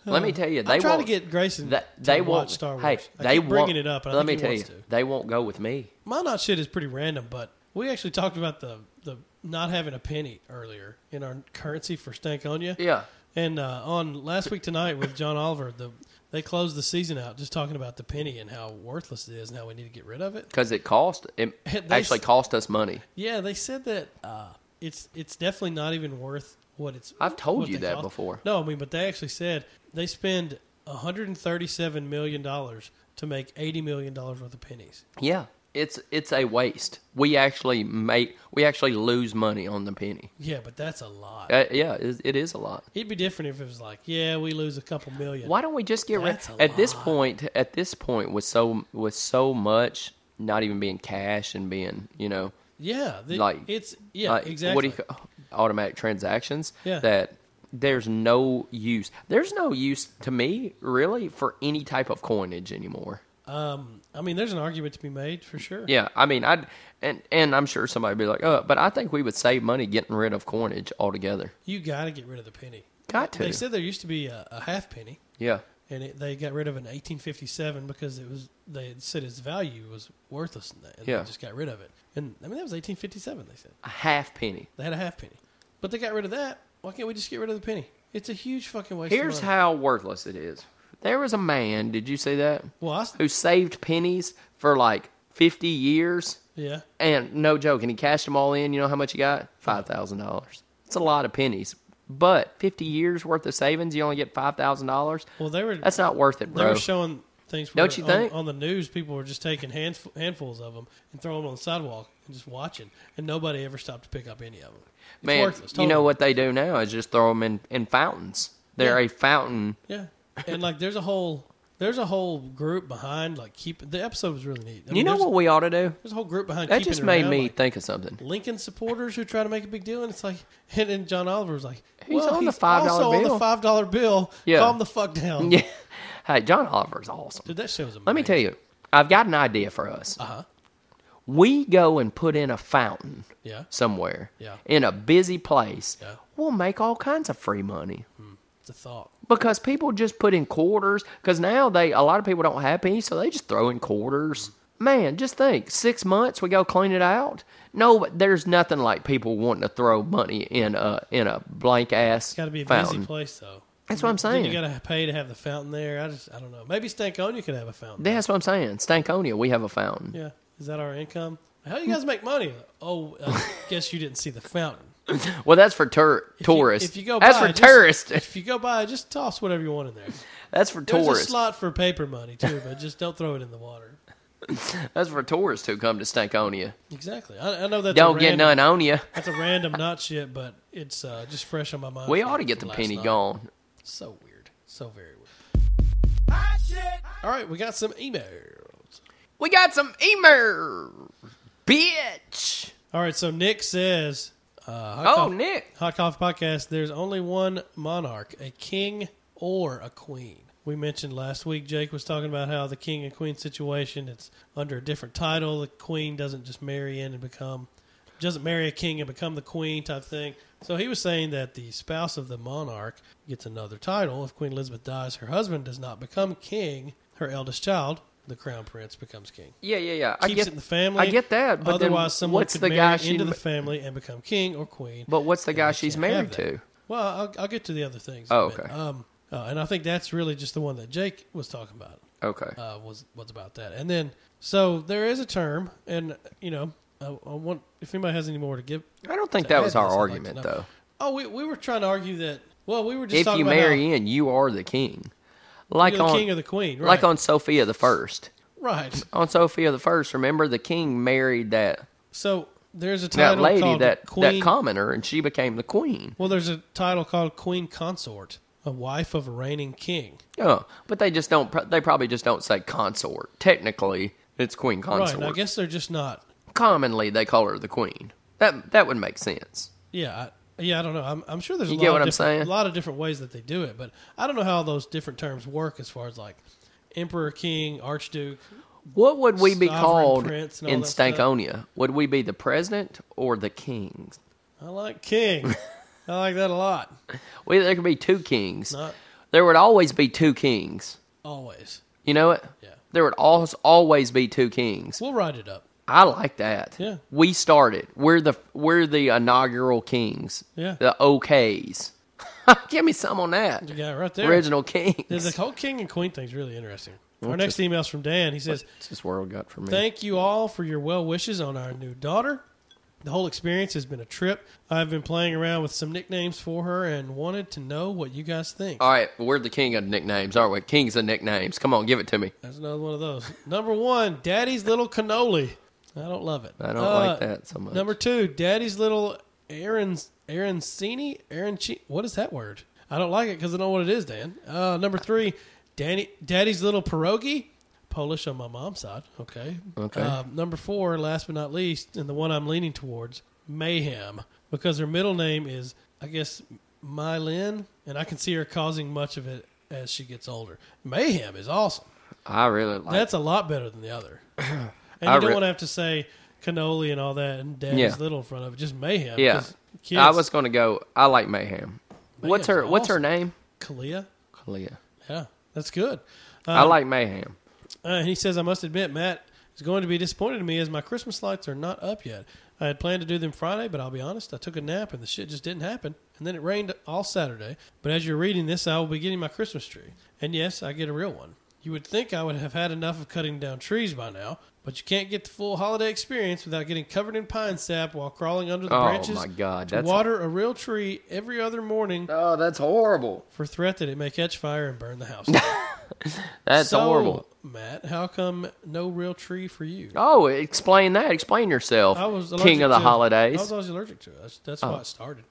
Speaker 2: Let me tell you, they
Speaker 1: I'm trying
Speaker 2: won't,
Speaker 1: to get Grayson
Speaker 2: they,
Speaker 1: to
Speaker 2: they
Speaker 1: watch
Speaker 2: won't,
Speaker 1: Star Wars.
Speaker 2: Hey,
Speaker 1: I
Speaker 2: they
Speaker 1: keep
Speaker 2: won't,
Speaker 1: bringing it up. And I
Speaker 2: let me
Speaker 1: think he
Speaker 2: tell you,
Speaker 1: wants to.
Speaker 2: they won't go with me.
Speaker 1: My not shit is pretty random, but we actually talked about the the not having a penny earlier in our currency for Stankonia.
Speaker 2: Yeah,
Speaker 1: And uh, on last week tonight with John Oliver, the they closed the season out just talking about the penny and how worthless it is and how we need to get rid of it.
Speaker 2: because it cost. It
Speaker 1: <laughs> They
Speaker 2: actually
Speaker 1: s-
Speaker 2: cost us money.
Speaker 1: Yeah, they said that uh, it's it's definitely not even worth what it's.
Speaker 2: I've told
Speaker 1: what
Speaker 2: you
Speaker 1: they
Speaker 2: that
Speaker 1: cost.
Speaker 2: before.
Speaker 1: No, I mean, but they actually said they spend 137 million dollars to make 80 million dollars worth of pennies.
Speaker 2: Yeah, it's it's a waste. We actually make we actually lose money on the penny.
Speaker 1: Yeah, but that's a lot.
Speaker 2: Uh, yeah, it, it is a lot.
Speaker 1: It'd be different if it was like, yeah, we lose a couple million.
Speaker 2: Why don't we just get rid?
Speaker 1: That's a
Speaker 2: At this
Speaker 1: lot.
Speaker 2: point, at this point, with so with so much not even being cash and being you know
Speaker 1: Yeah, the,
Speaker 2: Like-
Speaker 1: it's yeah,
Speaker 2: like,
Speaker 1: exactly.
Speaker 2: what do you ca- automatic transactions
Speaker 1: Yeah.
Speaker 2: that there's no use. There's no use to me really for any type of coinage anymore.
Speaker 1: um, I mean, there's an argument to be made for sure.
Speaker 2: Yeah, I mean, I and and I'm sure somebody would be like, oh, but I think we would save money getting rid of coinage altogether.
Speaker 1: You got to get rid of the penny.
Speaker 2: Got to.
Speaker 1: They said there used to be a, a half penny,
Speaker 2: yeah.
Speaker 1: and it, they got rid of it in 1857 because it was they had said its value was worthless, and, they- and
Speaker 2: Yeah.
Speaker 1: they just got rid of it. And I mean, that was 1857. They said
Speaker 2: A half penny.
Speaker 1: they had a half penny, but they got rid of that. Why can't we just get rid of the penny? It's a huge fucking waste.
Speaker 2: Here's
Speaker 1: of money.
Speaker 2: how worthless it is. There was a man, did you see that?
Speaker 1: Well, I s-
Speaker 2: Who saved pennies for like 50 years.
Speaker 1: yeah,
Speaker 2: And no joke, and he cashed them all in. You know how much he got? $5,000. It's a lot of pennies. But 50 years worth of savings, you only get $5,000?
Speaker 1: well they were
Speaker 2: That's not worth it,
Speaker 1: they
Speaker 2: bro.
Speaker 1: were showing things.
Speaker 2: Don't
Speaker 1: where
Speaker 2: you
Speaker 1: on-
Speaker 2: think?
Speaker 1: on, the news people were just taking hands, handfuls of them and throwing them on the sidewalk and just watching, and nobody ever stopped to pick up any of them. It's
Speaker 2: Man,
Speaker 1: worthless,
Speaker 2: you know
Speaker 1: totally.
Speaker 2: what they do now is just throw them in, in fountains. They're
Speaker 1: Yeah.
Speaker 2: a fountain.
Speaker 1: Yeah, and like there's a whole there's a whole group behind like keep the episode was really neat. I
Speaker 2: you
Speaker 1: mean,
Speaker 2: know
Speaker 1: there's,
Speaker 2: what we ought to do?
Speaker 1: There's a whole group behind
Speaker 2: That
Speaker 1: keeping
Speaker 2: just
Speaker 1: it
Speaker 2: made
Speaker 1: around,
Speaker 2: me
Speaker 1: like,
Speaker 2: think of something. <laughs>
Speaker 1: Lincoln supporters who try to make a big deal, and it's like, <laughs> and, and John Oliver was like,
Speaker 2: He's
Speaker 1: well,
Speaker 2: on the
Speaker 1: he's
Speaker 2: $5
Speaker 1: also on
Speaker 2: bill.
Speaker 1: the five dollar bill.
Speaker 2: Yeah.
Speaker 1: calm the fuck down.
Speaker 2: Yeah. Hey, John Oliver's awesome.
Speaker 1: dude, that show was amazing.
Speaker 2: Let me tell you, I've got an idea for us.
Speaker 1: Uh huh.
Speaker 2: We go and put in a fountain
Speaker 1: Yeah,
Speaker 2: somewhere
Speaker 1: Yeah.
Speaker 2: in a busy place.
Speaker 1: Yeah.
Speaker 2: We'll make all kinds of free money
Speaker 1: it's a thought.
Speaker 2: because people just put in quarters. Because now they a lot of people don't have pennies, so they just throw in quarters. Man, just think six months we go clean it out. No, but there's nothing like people wanting to throw money in a in a blank ass
Speaker 1: It's got to be a
Speaker 2: fountain.
Speaker 1: busy place though.
Speaker 2: That's what I'm
Speaker 1: Then you
Speaker 2: saying.
Speaker 1: got to pay to have the fountain there. I just I don't know. Maybe Stankonia could have a fountain.
Speaker 2: That's what I'm saying. Stankonia, we have a fountain.
Speaker 1: Yeah, is that our income? How do you guys make money? Oh,
Speaker 2: <laughs>
Speaker 1: I guess you didn't see the fountain.
Speaker 2: Well, that's for tur-
Speaker 1: If you-
Speaker 2: tourists.
Speaker 1: if you go
Speaker 2: that's
Speaker 1: by,
Speaker 2: for
Speaker 1: just-
Speaker 2: tourists. <laughs>
Speaker 1: If you go by, just toss whatever you want in there.
Speaker 2: That's for
Speaker 1: There's
Speaker 2: tourists.
Speaker 1: a slot for paper money too, but just don't throw it in the water.
Speaker 2: That's for tourists who come to Stankonia.
Speaker 1: Exactly. I, I know that's
Speaker 2: Don't
Speaker 1: a
Speaker 2: get
Speaker 1: random,
Speaker 2: none on you.
Speaker 1: That's a random not shit, but it's uh, just fresh on my mind.
Speaker 2: We
Speaker 1: from-
Speaker 2: ought to get the
Speaker 1: from
Speaker 2: penny
Speaker 1: last night.
Speaker 2: gone.
Speaker 1: So weird. So very weird. All right, we got some emails.
Speaker 2: We got some email, bitch.
Speaker 1: All right, so Nick says, uh, hot
Speaker 2: Oh,
Speaker 1: coffee-
Speaker 2: Nick.
Speaker 1: Hot Coffee Podcast, there's only one monarch, a king or a queen. We mentioned last week, Jake was talking about how the king and queen situation, it's under a different title. The queen doesn't just marry in and become, doesn't marry a king and become the queen type thing. So he was saying that the spouse of the monarch gets another title. If Queen Elizabeth dies, her husband does not become king. Her eldest child, the crown prince, becomes king
Speaker 2: Yeah, yeah, yeah. I
Speaker 1: keeps
Speaker 2: get
Speaker 1: it in the family.
Speaker 2: I get that. But then
Speaker 1: Otherwise, someone
Speaker 2: what's
Speaker 1: could
Speaker 2: the
Speaker 1: marry
Speaker 2: guy she?
Speaker 1: into the
Speaker 2: ma-
Speaker 1: family and become king or queen.
Speaker 2: but what's the
Speaker 1: and
Speaker 2: guy
Speaker 1: they
Speaker 2: she's
Speaker 1: can't have
Speaker 2: married
Speaker 1: that.
Speaker 2: to?
Speaker 1: Well, I'll, I'll get to the other things.
Speaker 2: Oh,
Speaker 1: in a minute.
Speaker 2: okay.
Speaker 1: Um, uh, and I think that's really just the one that Jake was talking about.
Speaker 2: Okay.
Speaker 1: Uh, was was about that. And then, so there is a term, and you know, I, I want if anybody has any more to give.
Speaker 2: I don't think
Speaker 1: to
Speaker 2: that was
Speaker 1: add
Speaker 2: our
Speaker 1: this, I'd like
Speaker 2: argument
Speaker 1: to know.
Speaker 2: though.
Speaker 1: Oh, we we were trying to argue that. Well, we were just
Speaker 2: If
Speaker 1: talking
Speaker 2: you
Speaker 1: about
Speaker 2: marry
Speaker 1: how
Speaker 2: in, you are the king. Like
Speaker 1: you're the
Speaker 2: on
Speaker 1: king or the queen, right?
Speaker 2: like on Sophia the first.
Speaker 1: right.
Speaker 2: On Sophia the first, remember the king married that
Speaker 1: So there's a title
Speaker 2: that lady
Speaker 1: called
Speaker 2: that
Speaker 1: queen.
Speaker 2: that commoner, and she became the queen.
Speaker 1: Well, there's a title called Queen Consort, a wife of a reigning king.
Speaker 2: Oh, but they just don't. pro- They probably just don't say consort. Technically, it's queen
Speaker 1: Right,
Speaker 2: consort.
Speaker 1: and I guess they're just not.
Speaker 2: Commonly, they call her the queen. That that would make sense.
Speaker 1: Yeah, I, yeah, I don't know. I'm, I'm sure there's
Speaker 2: You
Speaker 1: a,
Speaker 2: get
Speaker 1: lot
Speaker 2: what
Speaker 1: of
Speaker 2: I'm
Speaker 1: different-
Speaker 2: saying?
Speaker 1: a lot of different ways that they do it, but I don't know how those different terms work as far as like emperor, king, archduke.
Speaker 2: What would we be
Speaker 1: Sovereign
Speaker 2: called
Speaker 1: prince and all
Speaker 2: in
Speaker 1: that stuff.
Speaker 2: Stankonia? Would we be the president or the kings?
Speaker 1: I like
Speaker 2: <laughs>
Speaker 1: king. I like that a lot.
Speaker 2: We there could be two kings.
Speaker 1: Not
Speaker 2: There would always be two kings.
Speaker 1: always.
Speaker 2: You know it.
Speaker 1: Yeah.
Speaker 2: There would always always be two kings.
Speaker 1: We'll write it up.
Speaker 2: I like that.
Speaker 1: Yeah.
Speaker 2: We started. We're the we're the inaugural kings.
Speaker 1: Yeah.
Speaker 2: The OKs. <laughs> Give me some on that.
Speaker 1: You got it right there.
Speaker 2: Original kings.
Speaker 1: The, the whole king and queen thing's really interesting. Our next email's from Dan. He says,
Speaker 2: It's this world got for me.
Speaker 1: Thank you all for your well wishes on our new daughter. The whole experience has been a trip. I've been playing around with some nicknames for her and wanted to know what you guys think.
Speaker 2: All right, we're the king of nicknames, aren't we? Kings of nicknames. Come on, give it to me.
Speaker 1: That's another one of those. Number one, Daddy's Little Cannoli. I don't love it.
Speaker 2: I don't
Speaker 1: Uh,
Speaker 2: like that so much.
Speaker 1: Number two, Daddy's Little Aaron's Arancini. Aranchi. What is that word? I don't like it because I know what it is, Dan. Uh, number three, Danny, Daddy's Little Pierogi. Polish on my mom's side. Okay.
Speaker 2: Okay.
Speaker 1: Uh, number four, last but not least, and the one I'm leaning towards, Mayhem, because her middle name is, I guess, Mylin, and I can see her causing much of it as she gets older. Mayhem is awesome.
Speaker 2: I really like
Speaker 1: That's a lot better than the
Speaker 2: <clears throat>
Speaker 1: other. And you
Speaker 2: I
Speaker 1: don't
Speaker 2: re-
Speaker 1: want to have to say cannoli and all that and daddy's
Speaker 2: Yeah.
Speaker 1: little in front of it. Just mayhem. 'cause
Speaker 2: Yeah.
Speaker 1: Kids,
Speaker 2: I was going to go I like Mayhem. what's her
Speaker 1: Mayhem's
Speaker 2: what's her
Speaker 1: awesome.
Speaker 2: name?
Speaker 1: Kalia.
Speaker 2: Kalia.
Speaker 1: Yeah. That's good.
Speaker 2: I
Speaker 1: Um,
Speaker 2: like Mayhem.
Speaker 1: Uh, and he says, I must admit, Matt is going to be disappointed in me as my Christmas lights are not up yet. I had planned to do them Friday, but I'll be honest, I took a nap and the shit just didn't happen. And then it rained all Saturday. But as you're reading this, I will be getting my Christmas tree. And yes, I get a real one. You would think I would have had enough of cutting down trees by now, but you can't get the full holiday experience without getting covered in pine sap while crawling under the
Speaker 2: Oh,
Speaker 1: branches
Speaker 2: my God,
Speaker 1: to
Speaker 2: that's-
Speaker 1: water a real tree every other morning
Speaker 2: Oh, that's horrible.
Speaker 1: for threat that it may catch fire and burn the
Speaker 2: <laughs>
Speaker 1: house.
Speaker 2: That's
Speaker 1: So,
Speaker 2: horrible.
Speaker 1: Matt, how come no real tree for you?
Speaker 2: Oh, explain that. Explain yourself.
Speaker 1: I was
Speaker 2: King
Speaker 1: allergic
Speaker 2: of the
Speaker 1: to- I was
Speaker 2: holidays. Oh.
Speaker 1: always allergic to it. That's, that's why it started.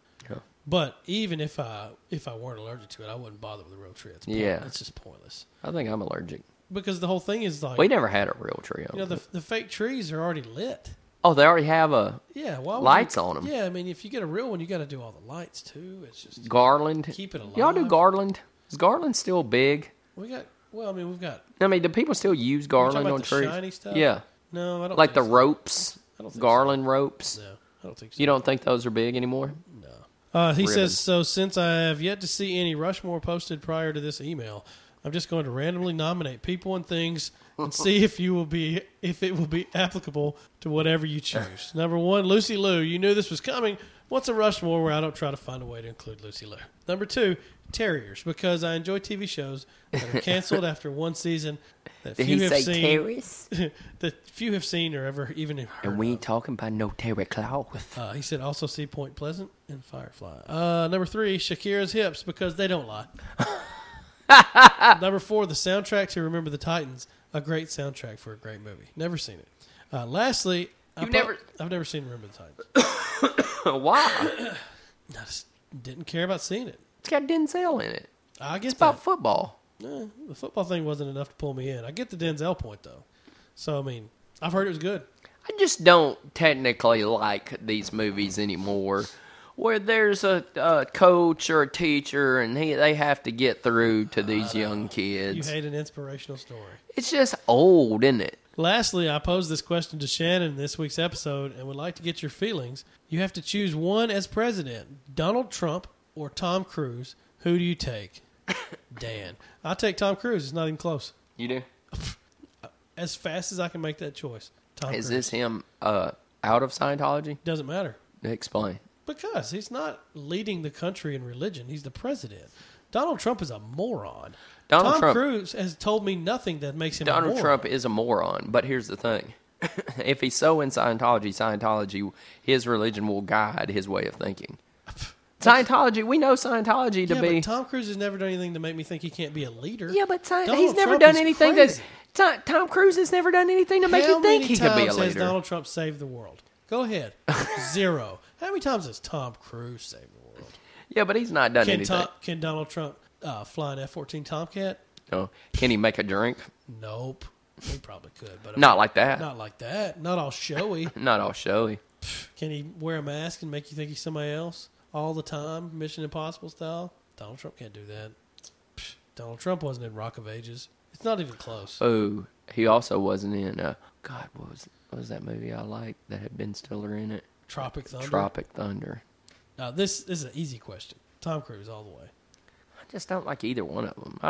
Speaker 1: But even if I if I weren't allergic to it, I wouldn't bother with a real tree. It's point-
Speaker 2: Yeah.
Speaker 1: it's just pointless
Speaker 2: I think I'm allergic.
Speaker 1: because the whole thing is like
Speaker 2: We never had a real tree.
Speaker 1: you know the the fake trees are already lit.
Speaker 2: oh, they already have a
Speaker 1: Yeah, why would
Speaker 2: Lights
Speaker 1: you-
Speaker 2: on 'em.
Speaker 1: Yeah, I mean if you get a real one, you got to do all the lights too. It's just
Speaker 2: Garland.
Speaker 1: Keep it
Speaker 2: Y'all do
Speaker 1: alive.
Speaker 2: Garland? Is Garland still big?
Speaker 1: we got. Well, I mean we've got
Speaker 2: I mean, do people still use
Speaker 1: we're talking
Speaker 2: Garland
Speaker 1: about
Speaker 2: on
Speaker 1: the
Speaker 2: trees?
Speaker 1: shiny stuff.
Speaker 2: Yeah,
Speaker 1: no, I don't
Speaker 2: like the
Speaker 1: think so.
Speaker 2: ropes,
Speaker 1: I don't think so.
Speaker 2: Garland ropes.
Speaker 1: No, I don't think so.
Speaker 2: You don't think those are big anymore?
Speaker 1: Uh, he
Speaker 2: ribbon.
Speaker 1: says, so since I have yet to see any Rushmore posted prior to this email, I'm just going to randomly nominate people and things and see if you will be if it will be applicable to whatever you
Speaker 2: <laughs>
Speaker 1: choose. Number one, Lucy Lou. You knew this was coming. What's a Rushmore where I don't try to find a way to include Lucy Lou? Number two, Terriers, because I enjoy TV shows that are canceled after one season that
Speaker 2: <laughs> Did
Speaker 1: few
Speaker 2: he
Speaker 1: have
Speaker 2: say
Speaker 1: seen
Speaker 2: terrace?
Speaker 1: <laughs> that few have seen or ever even heard.
Speaker 2: And we
Speaker 1: of.
Speaker 2: ain't talking about no
Speaker 1: <laughs>
Speaker 2: terry cloth.
Speaker 1: Uh, he said also see Point Pleasant and Firefly. Uh, number three, Shakira's hips because they don't
Speaker 2: <laughs>
Speaker 1: lie. number four, the soundtrack to Remember the Titans, a great soundtrack for a great movie. Never seen it. Uh, lastly, I
Speaker 2: You've
Speaker 1: pro-
Speaker 2: never-
Speaker 1: I've never seen Remember the Titans.
Speaker 2: <laughs> Why?
Speaker 1: I just didn't care about seeing it.
Speaker 2: It's got Denzel in it.
Speaker 1: I get
Speaker 2: It's about
Speaker 1: that.
Speaker 2: football.
Speaker 1: Eh, the football thing wasn't enough to pull me in. I get the Denzel point though. So I mean, I've heard it was good.
Speaker 2: I just don't technically like these movies anymore, where there's a, a coach or a teacher, and he, they have to get through to these young
Speaker 1: Uh, You
Speaker 2: kids.
Speaker 1: hate an inspirational story.
Speaker 2: It's just old, isn't it?
Speaker 1: Lastly, I posed this question to Shannon in this week's episode and would like to get your feelings. You have to choose one as president Donald Trump or Tom Cruise. Who do you
Speaker 2: <laughs>
Speaker 1: take? Dan. I take Tom Cruise. It's not even close.
Speaker 2: You do.
Speaker 1: As fast as I can make that choice, Tom
Speaker 2: Is
Speaker 1: Cruise.
Speaker 2: this him uh, out of Scientology?
Speaker 1: Doesn't matter.
Speaker 2: Explain.
Speaker 1: Because he's not leading the country in religion, he's the president. Donald Trump is a moron.
Speaker 2: Donald
Speaker 1: Tom
Speaker 2: Trump-
Speaker 1: Cruise has told me nothing that makes him a
Speaker 2: Donald
Speaker 1: moron.
Speaker 2: Trump is a moron, but here's the thing. <laughs> if he's so in Scientology, Scientology, his religion will guide his way of thinking. <laughs> Scientology, we know Scientology to
Speaker 1: Yeah,
Speaker 2: be.
Speaker 1: but Tom Cruise has never done anything to make me think he can't be a leader.
Speaker 2: yeah, but Sci-
Speaker 1: Donald
Speaker 2: he's never
Speaker 1: Trump
Speaker 2: done
Speaker 1: is
Speaker 2: anything
Speaker 1: crazy.
Speaker 2: that's. Tom, Tom Cruise has never done anything to make
Speaker 1: How
Speaker 2: you think
Speaker 1: many
Speaker 2: he could be a
Speaker 1: times Has
Speaker 2: leader.
Speaker 1: Donald Trump saved the world? Go
Speaker 2: <laughs>
Speaker 1: ahead. Zero. How many times has Tom Cruise saved the world?
Speaker 2: yeah, but he's not done
Speaker 1: Can
Speaker 2: anything.
Speaker 1: Tom, Can Donald Trump uh, flying F fourteen Tomcat?
Speaker 2: Oh, can he make a drink?
Speaker 1: Nope. He probably could, but
Speaker 2: Not like that.
Speaker 1: not like that. Not all showy.
Speaker 2: Not all showy.
Speaker 1: Can he wear a mask and make you think he's somebody else all the time, Mission Impossible style? Donald Trump can't do that. Pfft, Donald Trump wasn't in Rock of Ages. It's not even close.
Speaker 2: Oh, he also wasn't in. Uh, God, what was what was that movie I liked that had Ben Stiller in it?
Speaker 1: Tropic Thunder.
Speaker 2: Tropic Thunder.
Speaker 1: Now, this, this is an easy question. Tom Cruise all the way.
Speaker 2: I just don't like either one of them. I,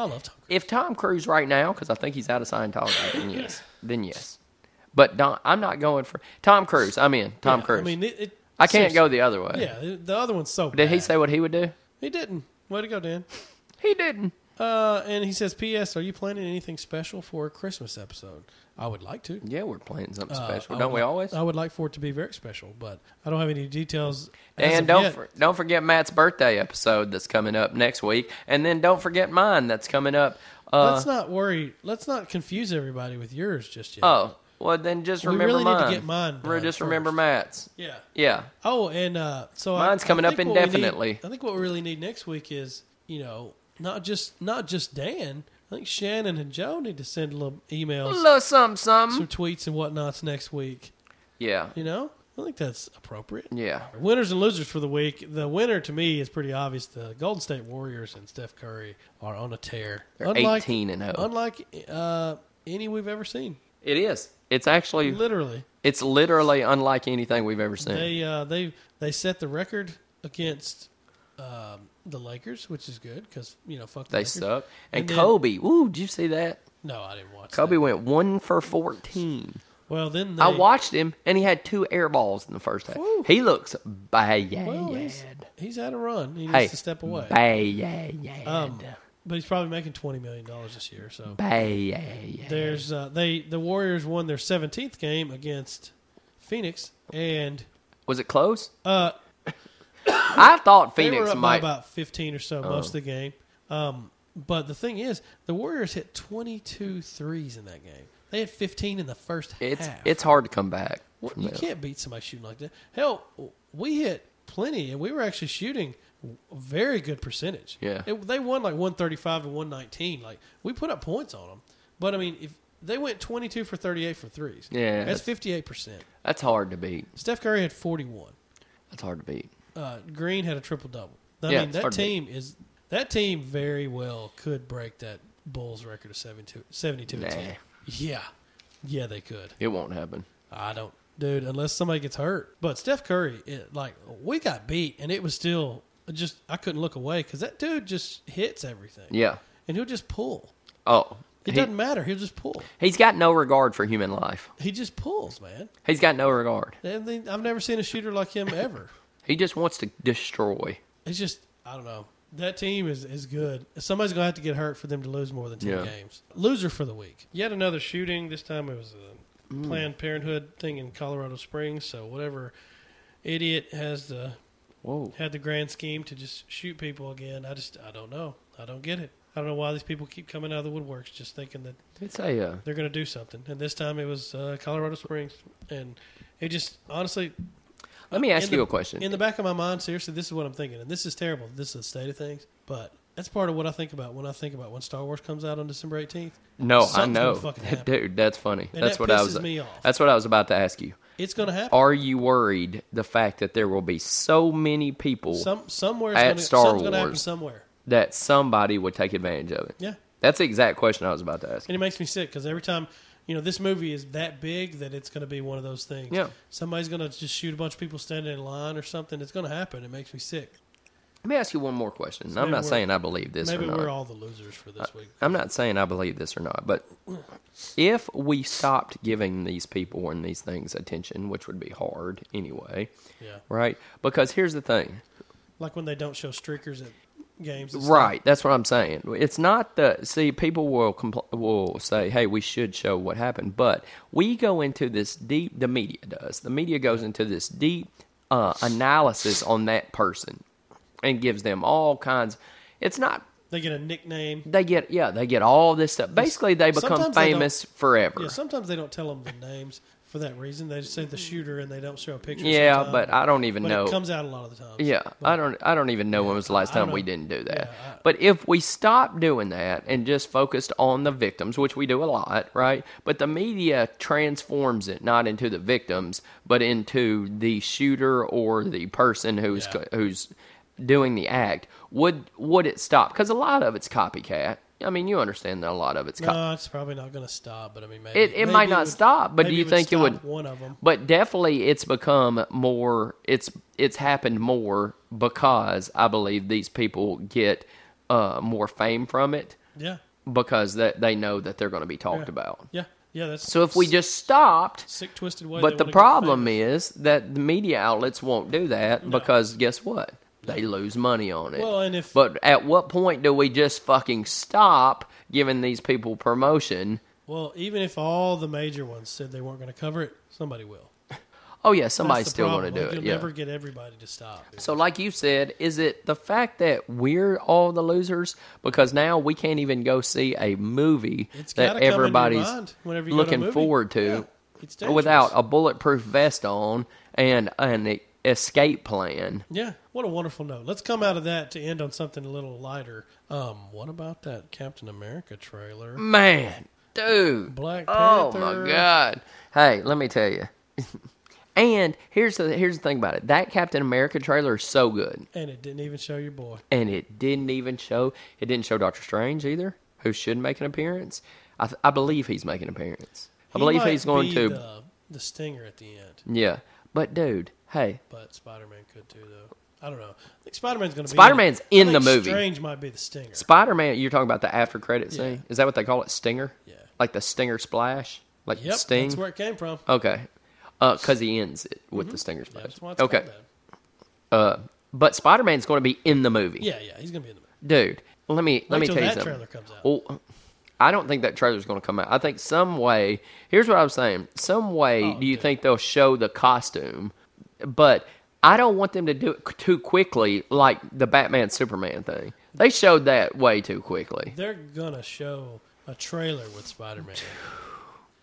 Speaker 1: I love Tom Cruise.
Speaker 2: if Tom Cruise right now, because I think he's out of
Speaker 1: <laughs>
Speaker 2: Scientology, then yes, then yes. But Don, I'm not going for Tom Cruise. I'm in Tom
Speaker 1: Yeah,
Speaker 2: Cruise.
Speaker 1: I
Speaker 2: I,
Speaker 1: mean, it, it,
Speaker 2: can't go the other way.
Speaker 1: Yeah, the- the other one's so.
Speaker 2: Did he
Speaker 1: bad.
Speaker 2: say what he would do?
Speaker 1: he didn't? Way to go, Dan.
Speaker 2: He didn't.
Speaker 1: Uh, and he says, "P.S. Are you planning anything special for a Christmas episode? I would like to.
Speaker 2: Yeah, we're playing something
Speaker 1: Uh,
Speaker 2: special,
Speaker 1: I
Speaker 2: don't
Speaker 1: would
Speaker 2: we
Speaker 1: li-
Speaker 2: always?
Speaker 1: I would like for it to be very special, but I don't have any details. as
Speaker 2: And
Speaker 1: of
Speaker 2: don't
Speaker 1: yet.
Speaker 2: for, don't forget Matt's birthday episode that's coming up next week, and then don't forget mine that's coming up. Uh,
Speaker 1: let's not worry. Let's not confuse everybody with yours just yet.
Speaker 2: Oh, well then just
Speaker 1: We
Speaker 2: remember
Speaker 1: really need to
Speaker 2: mine.
Speaker 1: get mine
Speaker 2: Re-
Speaker 1: done
Speaker 2: just remember
Speaker 1: first.
Speaker 2: Matt's.
Speaker 1: yeah.
Speaker 2: Yeah,
Speaker 1: Oh, and uh, so I-
Speaker 2: Mine's
Speaker 1: I
Speaker 2: coming up
Speaker 1: think what we need-
Speaker 2: indefinitely.
Speaker 1: I think what we really need next week is you know not just not just Dan. I think Shannon and Joe need to send little
Speaker 2: a
Speaker 1: emails,
Speaker 2: little something, something.
Speaker 1: some tweets and whatnots next week.
Speaker 2: Yeah,
Speaker 1: You know, I think that's appropriate.
Speaker 2: yeah.
Speaker 1: Winners and losers for the week. The winner to me is pretty obvious. The Golden State Warriors and Steph Curry are on a tear.
Speaker 2: They're 18 and oh. 0.
Speaker 1: Unlike uh, any we've ever seen.
Speaker 2: It is. It's actually.
Speaker 1: Literally,
Speaker 2: It's literally unlike anything we've ever seen.
Speaker 1: they uh, they they set the record against um, the Lakers, which is good because you know fuck the
Speaker 2: They
Speaker 1: Lakers.
Speaker 2: suck. And,
Speaker 1: And then-
Speaker 2: Kobe, woo, did you see that?
Speaker 1: No, I didn't watch.
Speaker 2: Kobe
Speaker 1: That.
Speaker 2: went one for 14.
Speaker 1: Well, then they,
Speaker 2: I watched him, and he had two air balls in the first half.
Speaker 1: Woo.
Speaker 2: He looks bad.
Speaker 1: Well, Oh, he's, he's had a run. He needs
Speaker 2: hey,
Speaker 1: to step away.
Speaker 2: Bad.
Speaker 1: Um, but he's probably making twenty million dollars this year. So
Speaker 2: bad.
Speaker 1: There's uh, they the Warriors won their 17th game against Phoenix and
Speaker 2: Was it close?
Speaker 1: uh,
Speaker 2: <coughs> I thought
Speaker 1: they were
Speaker 2: Phoenix
Speaker 1: up by
Speaker 2: might. Oh.
Speaker 1: about 15 or so most of the game. Um, but the thing is, the Warriors hit 22 threes in that game. They had 15 in the first
Speaker 2: It's
Speaker 1: half.
Speaker 2: it's hard to come back.
Speaker 1: Well,
Speaker 2: from
Speaker 1: you
Speaker 2: that.
Speaker 1: can't beat somebody shooting like that. Hell, we hit plenty, and we were actually shooting a very good percentage.
Speaker 2: Yeah.
Speaker 1: It- they won like one thirty five and one nineteen. Like we put up points on them, but I mean, if they went twenty two for thirty eight for threes,
Speaker 2: Yeah.
Speaker 1: that's fifty eight percent.
Speaker 2: That's hard to beat.
Speaker 1: Steph Curry had forty one.
Speaker 2: That's hard to beat.
Speaker 1: Uh, Green had a triple double. I
Speaker 2: Yeah,
Speaker 1: mean,
Speaker 2: it's
Speaker 1: that
Speaker 2: hard to
Speaker 1: team is that team very well could break that Bulls record of 72, 72 and
Speaker 2: Nah.
Speaker 1: 10. Yeah, yeah, they could.
Speaker 2: It won't happen.
Speaker 1: I don't, dude. Unless somebody gets hurt. But Steph Curry, it, like we got beat, and it was still just I couldn't look away because that dude just hits everything.
Speaker 2: Yeah.
Speaker 1: and he'll just pull.
Speaker 2: Oh.
Speaker 1: It
Speaker 2: He,
Speaker 1: doesn't matter. He'll just pull.
Speaker 2: he's got no regard for human life.
Speaker 1: He just pulls, man.
Speaker 2: He's got no regard.
Speaker 1: And then- I've never seen a shooter like him
Speaker 2: <laughs>
Speaker 1: ever.
Speaker 2: He just wants to destroy.
Speaker 1: It's just I don't know. That team is, is good. Somebody's gonna have to get hurt for them to lose more than ten
Speaker 2: Yeah.
Speaker 1: games. Loser for the week. Yet another shooting. This time it was a
Speaker 2: Mm.
Speaker 1: Planned Parenthood thing in Colorado Springs. So whatever idiot has the
Speaker 2: Whoa.
Speaker 1: had the grand scheme to just shoot people again. I just I don't know. I don't get it. I don't know why these people keep coming out of the woodworks just thinking that
Speaker 2: It's a uh,
Speaker 1: they're going to do something. And this time it was uh, Colorado Springs, and it just honestly.
Speaker 2: Let me
Speaker 1: uh,
Speaker 2: ask
Speaker 1: in
Speaker 2: you
Speaker 1: the-
Speaker 2: a question.
Speaker 1: In the back of my mind, seriously, this is what I'm thinking, and this is terrible. This is the state of things, but that's part of what I think about when I think about when Star Wars comes out on December 18th.
Speaker 2: No, I
Speaker 1: Something's gonna
Speaker 2: know, <laughs>
Speaker 1: fucking happen.
Speaker 2: dude. That's funny.
Speaker 1: And
Speaker 2: that's
Speaker 1: that
Speaker 2: what I
Speaker 1: pisses
Speaker 2: was.
Speaker 1: me off.
Speaker 2: That's what I was about to ask you.
Speaker 1: It's going to happen.
Speaker 2: Are you worried the fact that there will be so many people
Speaker 1: Some somewhere
Speaker 2: At
Speaker 1: it's
Speaker 2: Star
Speaker 1: gonna, something's going to happen
Speaker 2: Wars.
Speaker 1: somewhere.
Speaker 2: that somebody would take advantage of it?
Speaker 1: Yeah.
Speaker 2: That's the exact question I was about to ask.
Speaker 1: And it makes me sick because every time, you know, this movie is that big that it's going to be one of those things.
Speaker 2: Yeah.
Speaker 1: Somebody's going to just shoot a bunch of people standing in line or something. It's going to happen. It makes me sick.
Speaker 2: Let me ask you one more question. I'm
Speaker 1: maybe
Speaker 2: not
Speaker 1: we're-
Speaker 2: saying I believe this
Speaker 1: Maybe
Speaker 2: or not. Uh,
Speaker 1: we're all the losers for this week.
Speaker 2: I'm not saying I believe this or not, but if we stopped giving these people and these things attention, which would be hard anyway,
Speaker 1: Yeah.
Speaker 2: right? Because here's the thing.
Speaker 1: Like when they don't show streakers at games. and stuff.
Speaker 2: Right, that's what I'm saying. It's not the see people will compl- will say, "Hey, we should show what happened," but we go into this deep. The media does. The media goes into this deep uh, analysis on that person and gives them all kinds. It's not
Speaker 1: They get a nickname.
Speaker 2: they get yeah they get all this stuff. Basically, they become
Speaker 1: Sometimes they don't-
Speaker 2: famous forever.
Speaker 1: Yeah, sometimes they don't tell them the names. for that reason. They just say the shooter and they don't show a picture.
Speaker 2: Yeah,
Speaker 1: sometime.
Speaker 2: but I don't even
Speaker 1: But
Speaker 2: know.
Speaker 1: it comes out a lot of the time.
Speaker 2: Yeah, I don't. I don't even know when was the last
Speaker 1: I
Speaker 2: time
Speaker 1: don't
Speaker 2: we
Speaker 1: know.
Speaker 2: didn't do that.
Speaker 1: Yeah, I-
Speaker 2: but if we stopped doing that and just focused on the victims, which we do a lot, right? But the media transforms it not into the victims, but into the shooter or the person who's
Speaker 1: Yeah.
Speaker 2: co- who's doing the act. Would would it stop? Because a lot of it's copycat. I mean, you understand that a lot of it's copycat.
Speaker 1: No, it's probably not going to stop. But I mean, maybe
Speaker 2: It- it
Speaker 1: maybe
Speaker 2: might not
Speaker 1: would-
Speaker 2: stop, but do
Speaker 1: maybe
Speaker 2: you think it
Speaker 1: stop
Speaker 2: would-
Speaker 1: One of them.
Speaker 2: But definitely, it's become more. It's it's happened more because I believe these people get uh, more fame from it
Speaker 1: Yeah.
Speaker 2: because that they know that they're going to be talked about.
Speaker 1: Yeah. Yeah. That's
Speaker 2: So if we just stopped,
Speaker 1: sick, twisted way.
Speaker 2: but the problem is that the media outlets won't do that because guess what? They lose money on it.
Speaker 1: Well, and if-
Speaker 2: but at what point do we just fucking stop giving these people promotion?
Speaker 1: Well, even if all the major ones said they weren't going to cover it, somebody will.
Speaker 2: Oh yeah,
Speaker 1: That's
Speaker 2: somebody's
Speaker 1: the
Speaker 2: still going to
Speaker 1: problem.
Speaker 2: do
Speaker 1: Like,
Speaker 2: it.
Speaker 1: You'll
Speaker 2: yeah.
Speaker 1: never get everybody to stop. dude.
Speaker 2: So, like you said, is it the fact that we're all the losers because now we can't even go see a movie
Speaker 1: It's
Speaker 2: that
Speaker 1: gotta come into your
Speaker 2: everybody's
Speaker 1: mind whenever you go to a
Speaker 2: looking
Speaker 1: movie.
Speaker 2: forward
Speaker 1: Yeah,
Speaker 2: to
Speaker 1: it's dangerous.
Speaker 2: without a bulletproof vest on and an escape plan?
Speaker 1: Yeah, what a wonderful note. Let's come out of that to end on something a little lighter. Um, what about that Captain America trailer?
Speaker 2: Man, dude.
Speaker 1: Black
Speaker 2: oh
Speaker 1: Panther.
Speaker 2: my god. Hey, let me tell you. <laughs> and here's the here's the thing about it. That Captain America trailer is so good.
Speaker 1: And it didn't even show your boy.
Speaker 2: and it didn't even show it didn't show Doctor Strange either, who should make an appearance. I, th- I believe he's making an appearance.
Speaker 1: He
Speaker 2: I believe
Speaker 1: might
Speaker 2: he's going
Speaker 1: be
Speaker 2: to.
Speaker 1: the, the stinger at the end,
Speaker 2: Yeah, but dude, hey,
Speaker 1: but Spider Man could too, though. I don't know. I think Spider Man's going to.
Speaker 2: Spider-Man's
Speaker 1: be
Speaker 2: in
Speaker 1: I
Speaker 2: the
Speaker 1: think
Speaker 2: movie.
Speaker 1: Strange might be the stinger.
Speaker 2: Spider Man, you're talking about the after credit scene.
Speaker 1: Yeah.
Speaker 2: Is that what they call it? Stinger.
Speaker 1: Yeah.
Speaker 2: Like the stinger splash, like
Speaker 1: yep,
Speaker 2: sting. Uh,
Speaker 1: that's where it came from.
Speaker 2: okay, because he ends it with the stinger
Speaker 1: Yeah,
Speaker 2: splash.
Speaker 1: that's why it's
Speaker 2: okay, uh,
Speaker 1: called that.
Speaker 2: but Spider Man's going to be in the movie.
Speaker 1: Yeah, yeah, he's going to be in the movie.
Speaker 2: dude. Let me let me
Speaker 1: till
Speaker 2: tell you
Speaker 1: that
Speaker 2: something.
Speaker 1: trailer comes out.
Speaker 2: Well, I don't think that trailer's going to come out. I think some way. Here's what I was saying. Some way,
Speaker 1: Oh,
Speaker 2: do you
Speaker 1: dude.
Speaker 2: think they'll show the costume? But I don't want them to do it too quickly, like the Batman Superman thing. They showed that way too quickly,
Speaker 1: They're going to show a trailer with Spider Man.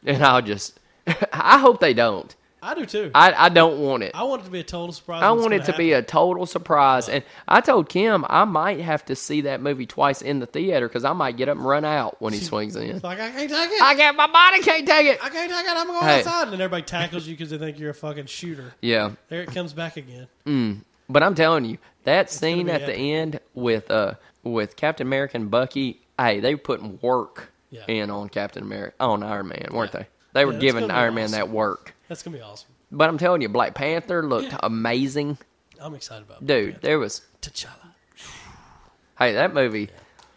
Speaker 2: and I'll just. <laughs> I hope they don't.
Speaker 1: I do too. I,
Speaker 2: I I don't want it.
Speaker 1: want it to be a total surprise.
Speaker 2: I
Speaker 1: when it's
Speaker 2: want it
Speaker 1: gonna
Speaker 2: to be
Speaker 1: happen.
Speaker 2: a total surprise. And I told Kim I might have to see that movie twice in the theater because I might get up and run out when he swings in.
Speaker 1: like I can't take it.
Speaker 2: I got my body can't take it.
Speaker 1: I can't take it. I'm going
Speaker 2: Hey.
Speaker 1: outside, and everybody tackles you because they think you're a fucking shooter.
Speaker 2: Yeah,
Speaker 1: There it comes back again.
Speaker 2: but I'm telling you, that
Speaker 1: gonna
Speaker 2: scene
Speaker 1: be
Speaker 2: at
Speaker 1: epic.
Speaker 2: the end with uh with Captain America and Bucky, hey, they were putting work
Speaker 1: Yeah.
Speaker 2: in on Captain America on Iron Man, weren't
Speaker 1: Yeah.
Speaker 2: they? They were
Speaker 1: Yeah, that's
Speaker 2: giving
Speaker 1: gonna be
Speaker 2: Iron Man
Speaker 1: awesome.
Speaker 2: that work.
Speaker 1: That's gonna be awesome.
Speaker 2: But I'm telling you, Black Panther looked
Speaker 1: Yeah.
Speaker 2: amazing,
Speaker 1: I'm excited about
Speaker 2: dude. There was
Speaker 1: T'Challa.
Speaker 2: hey that movie.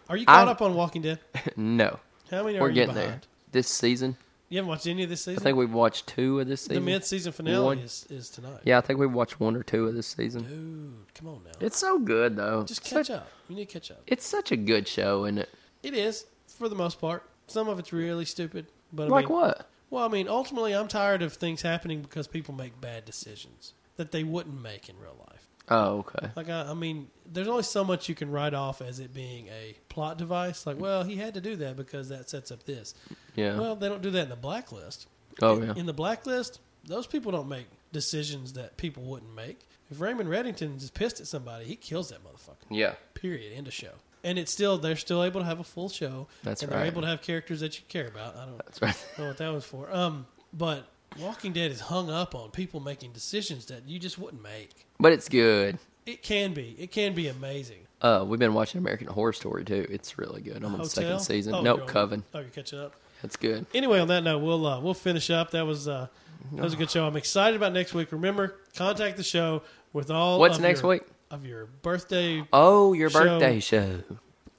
Speaker 1: Are you caught
Speaker 2: I-
Speaker 1: up on Walking Dead?
Speaker 2: <laughs> No,
Speaker 1: How many
Speaker 2: we're
Speaker 1: are you
Speaker 2: getting
Speaker 1: behind?
Speaker 2: there this season.
Speaker 1: You haven't watched any of this
Speaker 2: I
Speaker 1: season.
Speaker 2: think we've watched two of this
Speaker 1: the
Speaker 2: season.
Speaker 1: mid-season finale
Speaker 2: One.
Speaker 1: is, is tonight.
Speaker 2: Yeah, I think we've watched one or two of this season.
Speaker 1: Dude, come on now.
Speaker 2: It's so good though.
Speaker 1: Just
Speaker 2: Such-
Speaker 1: catch up. You need to catch up.
Speaker 2: It's such a good show, isn't it?
Speaker 1: It is for the most part. Some of it's really stupid, but I
Speaker 2: like
Speaker 1: mean,
Speaker 2: what?
Speaker 1: Well, I mean, ultimately, I'm tired of things happening because people make bad decisions that they wouldn't make in real life.
Speaker 2: Oh, okay.
Speaker 1: Like, I, I mean, there's only so much you can write off as it being a plot device. Like, well, he had to do that because that sets up this.
Speaker 2: Yeah.
Speaker 1: Well, they don't do that in the blacklist.
Speaker 2: oh,
Speaker 1: in,
Speaker 2: yeah.
Speaker 1: in the blacklist, those people don't make decisions that people wouldn't make. If Raymond Reddington is pissed at somebody, he kills that motherfucker.
Speaker 2: yeah.
Speaker 1: Period. End of show. And it's still they're still able to have a full show.
Speaker 2: That's
Speaker 1: and
Speaker 2: right.
Speaker 1: They're able to have characters that you care about. I don't
Speaker 2: That's right.
Speaker 1: know what that was for. Um, but Walking Dead is hung up on people making decisions that you just wouldn't make.
Speaker 2: But it's good.
Speaker 1: It can be. It can be amazing.
Speaker 2: Uh, we've been watching American Horror Story too. It's really good. I'm on the second
Speaker 1: Hotel?
Speaker 2: season.
Speaker 1: Oh,
Speaker 2: nope,
Speaker 1: you're on-
Speaker 2: Coven.
Speaker 1: Oh, you're catching up.
Speaker 2: That's good.
Speaker 1: Anyway, on that note, we'll uh, we'll finish up. That was uh, that was a good show. I'm excited about next week. Remember, contact the show with all
Speaker 2: What's
Speaker 1: of
Speaker 2: next
Speaker 1: your-
Speaker 2: week?
Speaker 1: of your birthday.
Speaker 2: Oh, your
Speaker 1: Show.
Speaker 2: birthday show.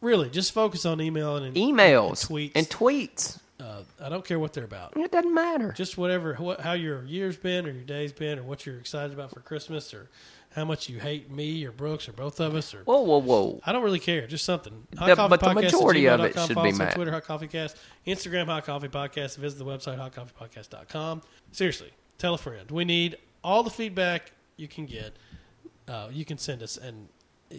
Speaker 1: Really, just focus on emailing and
Speaker 2: Emails
Speaker 1: tweets.
Speaker 2: and tweets.
Speaker 1: uh, I don't care what they're about.
Speaker 2: It doesn't matter.
Speaker 1: Just whatever, what, how your year's been or your day's been, or what you're excited about for Christmas, or how much you hate me or Brooks or both of us, or
Speaker 2: Whoa, whoa, whoa.
Speaker 1: I don't really care. Just something.
Speaker 2: The- but the majority of it should be
Speaker 1: Follow us on
Speaker 2: Matt.
Speaker 1: Twitter, Hot Coffee Cast. Instagram, Hot Coffee Podcast. Visit the website, hotcoffeepodcast.com. Seriously, tell a friend. We need all the feedback you can get. Uh, you can send us, and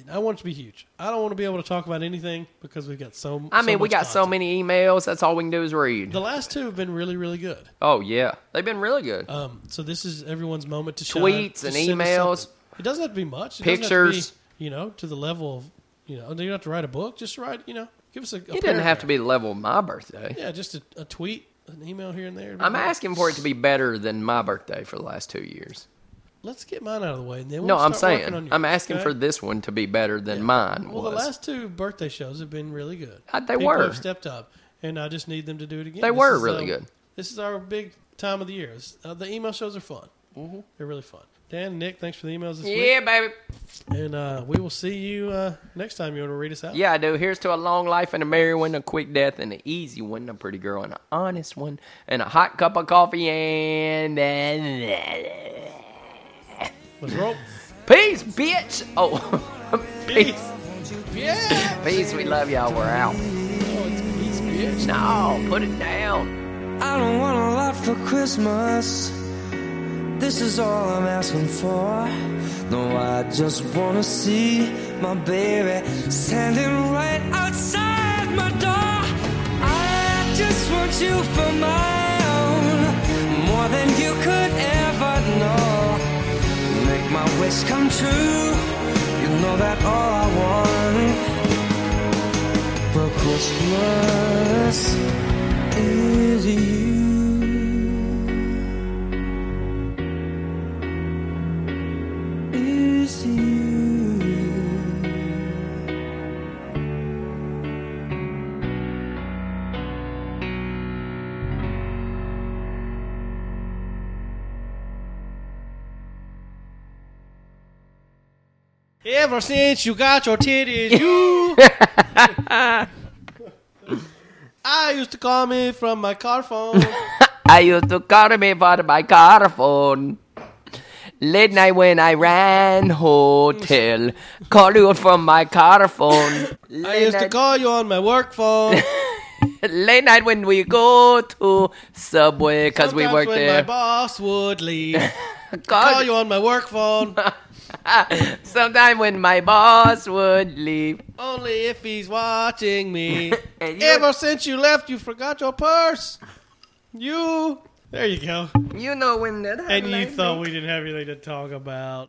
Speaker 1: I want it to be huge. I don't want to be able to talk about anything because we've got so.
Speaker 2: I mean,
Speaker 1: so
Speaker 2: we
Speaker 1: much
Speaker 2: got so
Speaker 1: content.
Speaker 2: many emails. That's all we can do is read.
Speaker 1: The last two have been really, really good.
Speaker 2: Oh yeah, they've been really good.
Speaker 1: Um, so this is everyone's moment to shine.
Speaker 2: Tweets
Speaker 1: Just
Speaker 2: and
Speaker 1: send us
Speaker 2: emails.
Speaker 1: something. It doesn't have to be much. It doesn't have to be,
Speaker 2: Pictures.
Speaker 1: you know, to the level of, you know, you don't have to write a book. Just write, you know, give us a. a
Speaker 2: it didn't have to be the level of my birthday.
Speaker 1: Yeah, just a, a tweet, an email here and there.
Speaker 2: I'm asking for it to be better than my birthday for the last two years.
Speaker 1: Let's get mine out of the way, and then we'll
Speaker 2: no, I'm
Speaker 1: start working on
Speaker 2: saying
Speaker 1: yours,
Speaker 2: I'm asking
Speaker 1: okay?
Speaker 2: for this one to be better than mine
Speaker 1: Well,
Speaker 2: was.
Speaker 1: the last two birthday shows have been really good.
Speaker 2: Uh, they
Speaker 1: People
Speaker 2: were.
Speaker 1: have stepped up, and I just need them to do it again.
Speaker 2: They
Speaker 1: This
Speaker 2: were
Speaker 1: is,
Speaker 2: really
Speaker 1: um,
Speaker 2: good.
Speaker 1: This is our big time of the year. It's- uh, the email shows are fun. Mm-hmm. They're really fun. Dan, Nick, thanks for the emails this week,
Speaker 2: yeah, baby.
Speaker 1: and uh, we will see you uh, next time. You want to read us out?
Speaker 2: Yeah, I do. Here's to a long life and a merry one, a quick death and an easy one, a pretty girl and an honest one, and a hot cup of coffee and.
Speaker 1: Let's roll.
Speaker 2: Peace, bitch! Oh, <laughs> peace.
Speaker 1: Peace. Yeah.
Speaker 2: <laughs> Peace, we love y'all. We're out.
Speaker 1: Oh, it's peace, bitch.
Speaker 2: No, put it down.
Speaker 3: I don't want a lot for Christmas. This is all I'm asking for. No, I just wanna see my baby standing right outside my door. I just want you for my own, more than you could ever know. Make my wish come true. You know that all I want for Christmas is you. Is you.
Speaker 1: Ever since you got your titties,
Speaker 2: <laughs>
Speaker 1: you. I used to call me from my car
Speaker 2: <laughs>
Speaker 1: phone.
Speaker 2: I used to call me for my car phone. Late night when I ran hotel, call you from my car phone. Late,
Speaker 1: I used to
Speaker 2: night,
Speaker 1: call you on my work phone.
Speaker 2: <laughs> late night when we go to Subway because we
Speaker 1: Sometimes
Speaker 2: work
Speaker 1: when
Speaker 2: there.
Speaker 1: My boss would leave.
Speaker 2: <laughs> Call-
Speaker 1: call you on my work phone
Speaker 2: <laughs> Sometime when my boss would leave.
Speaker 1: only if he's watching me.
Speaker 2: <laughs> And you-
Speaker 1: Ever since you left, you forgot your purse. You. There you go.
Speaker 2: You know when that
Speaker 1: And
Speaker 2: happened.
Speaker 1: you
Speaker 2: last
Speaker 1: thought
Speaker 2: week.
Speaker 1: we didn't have anything to talk about.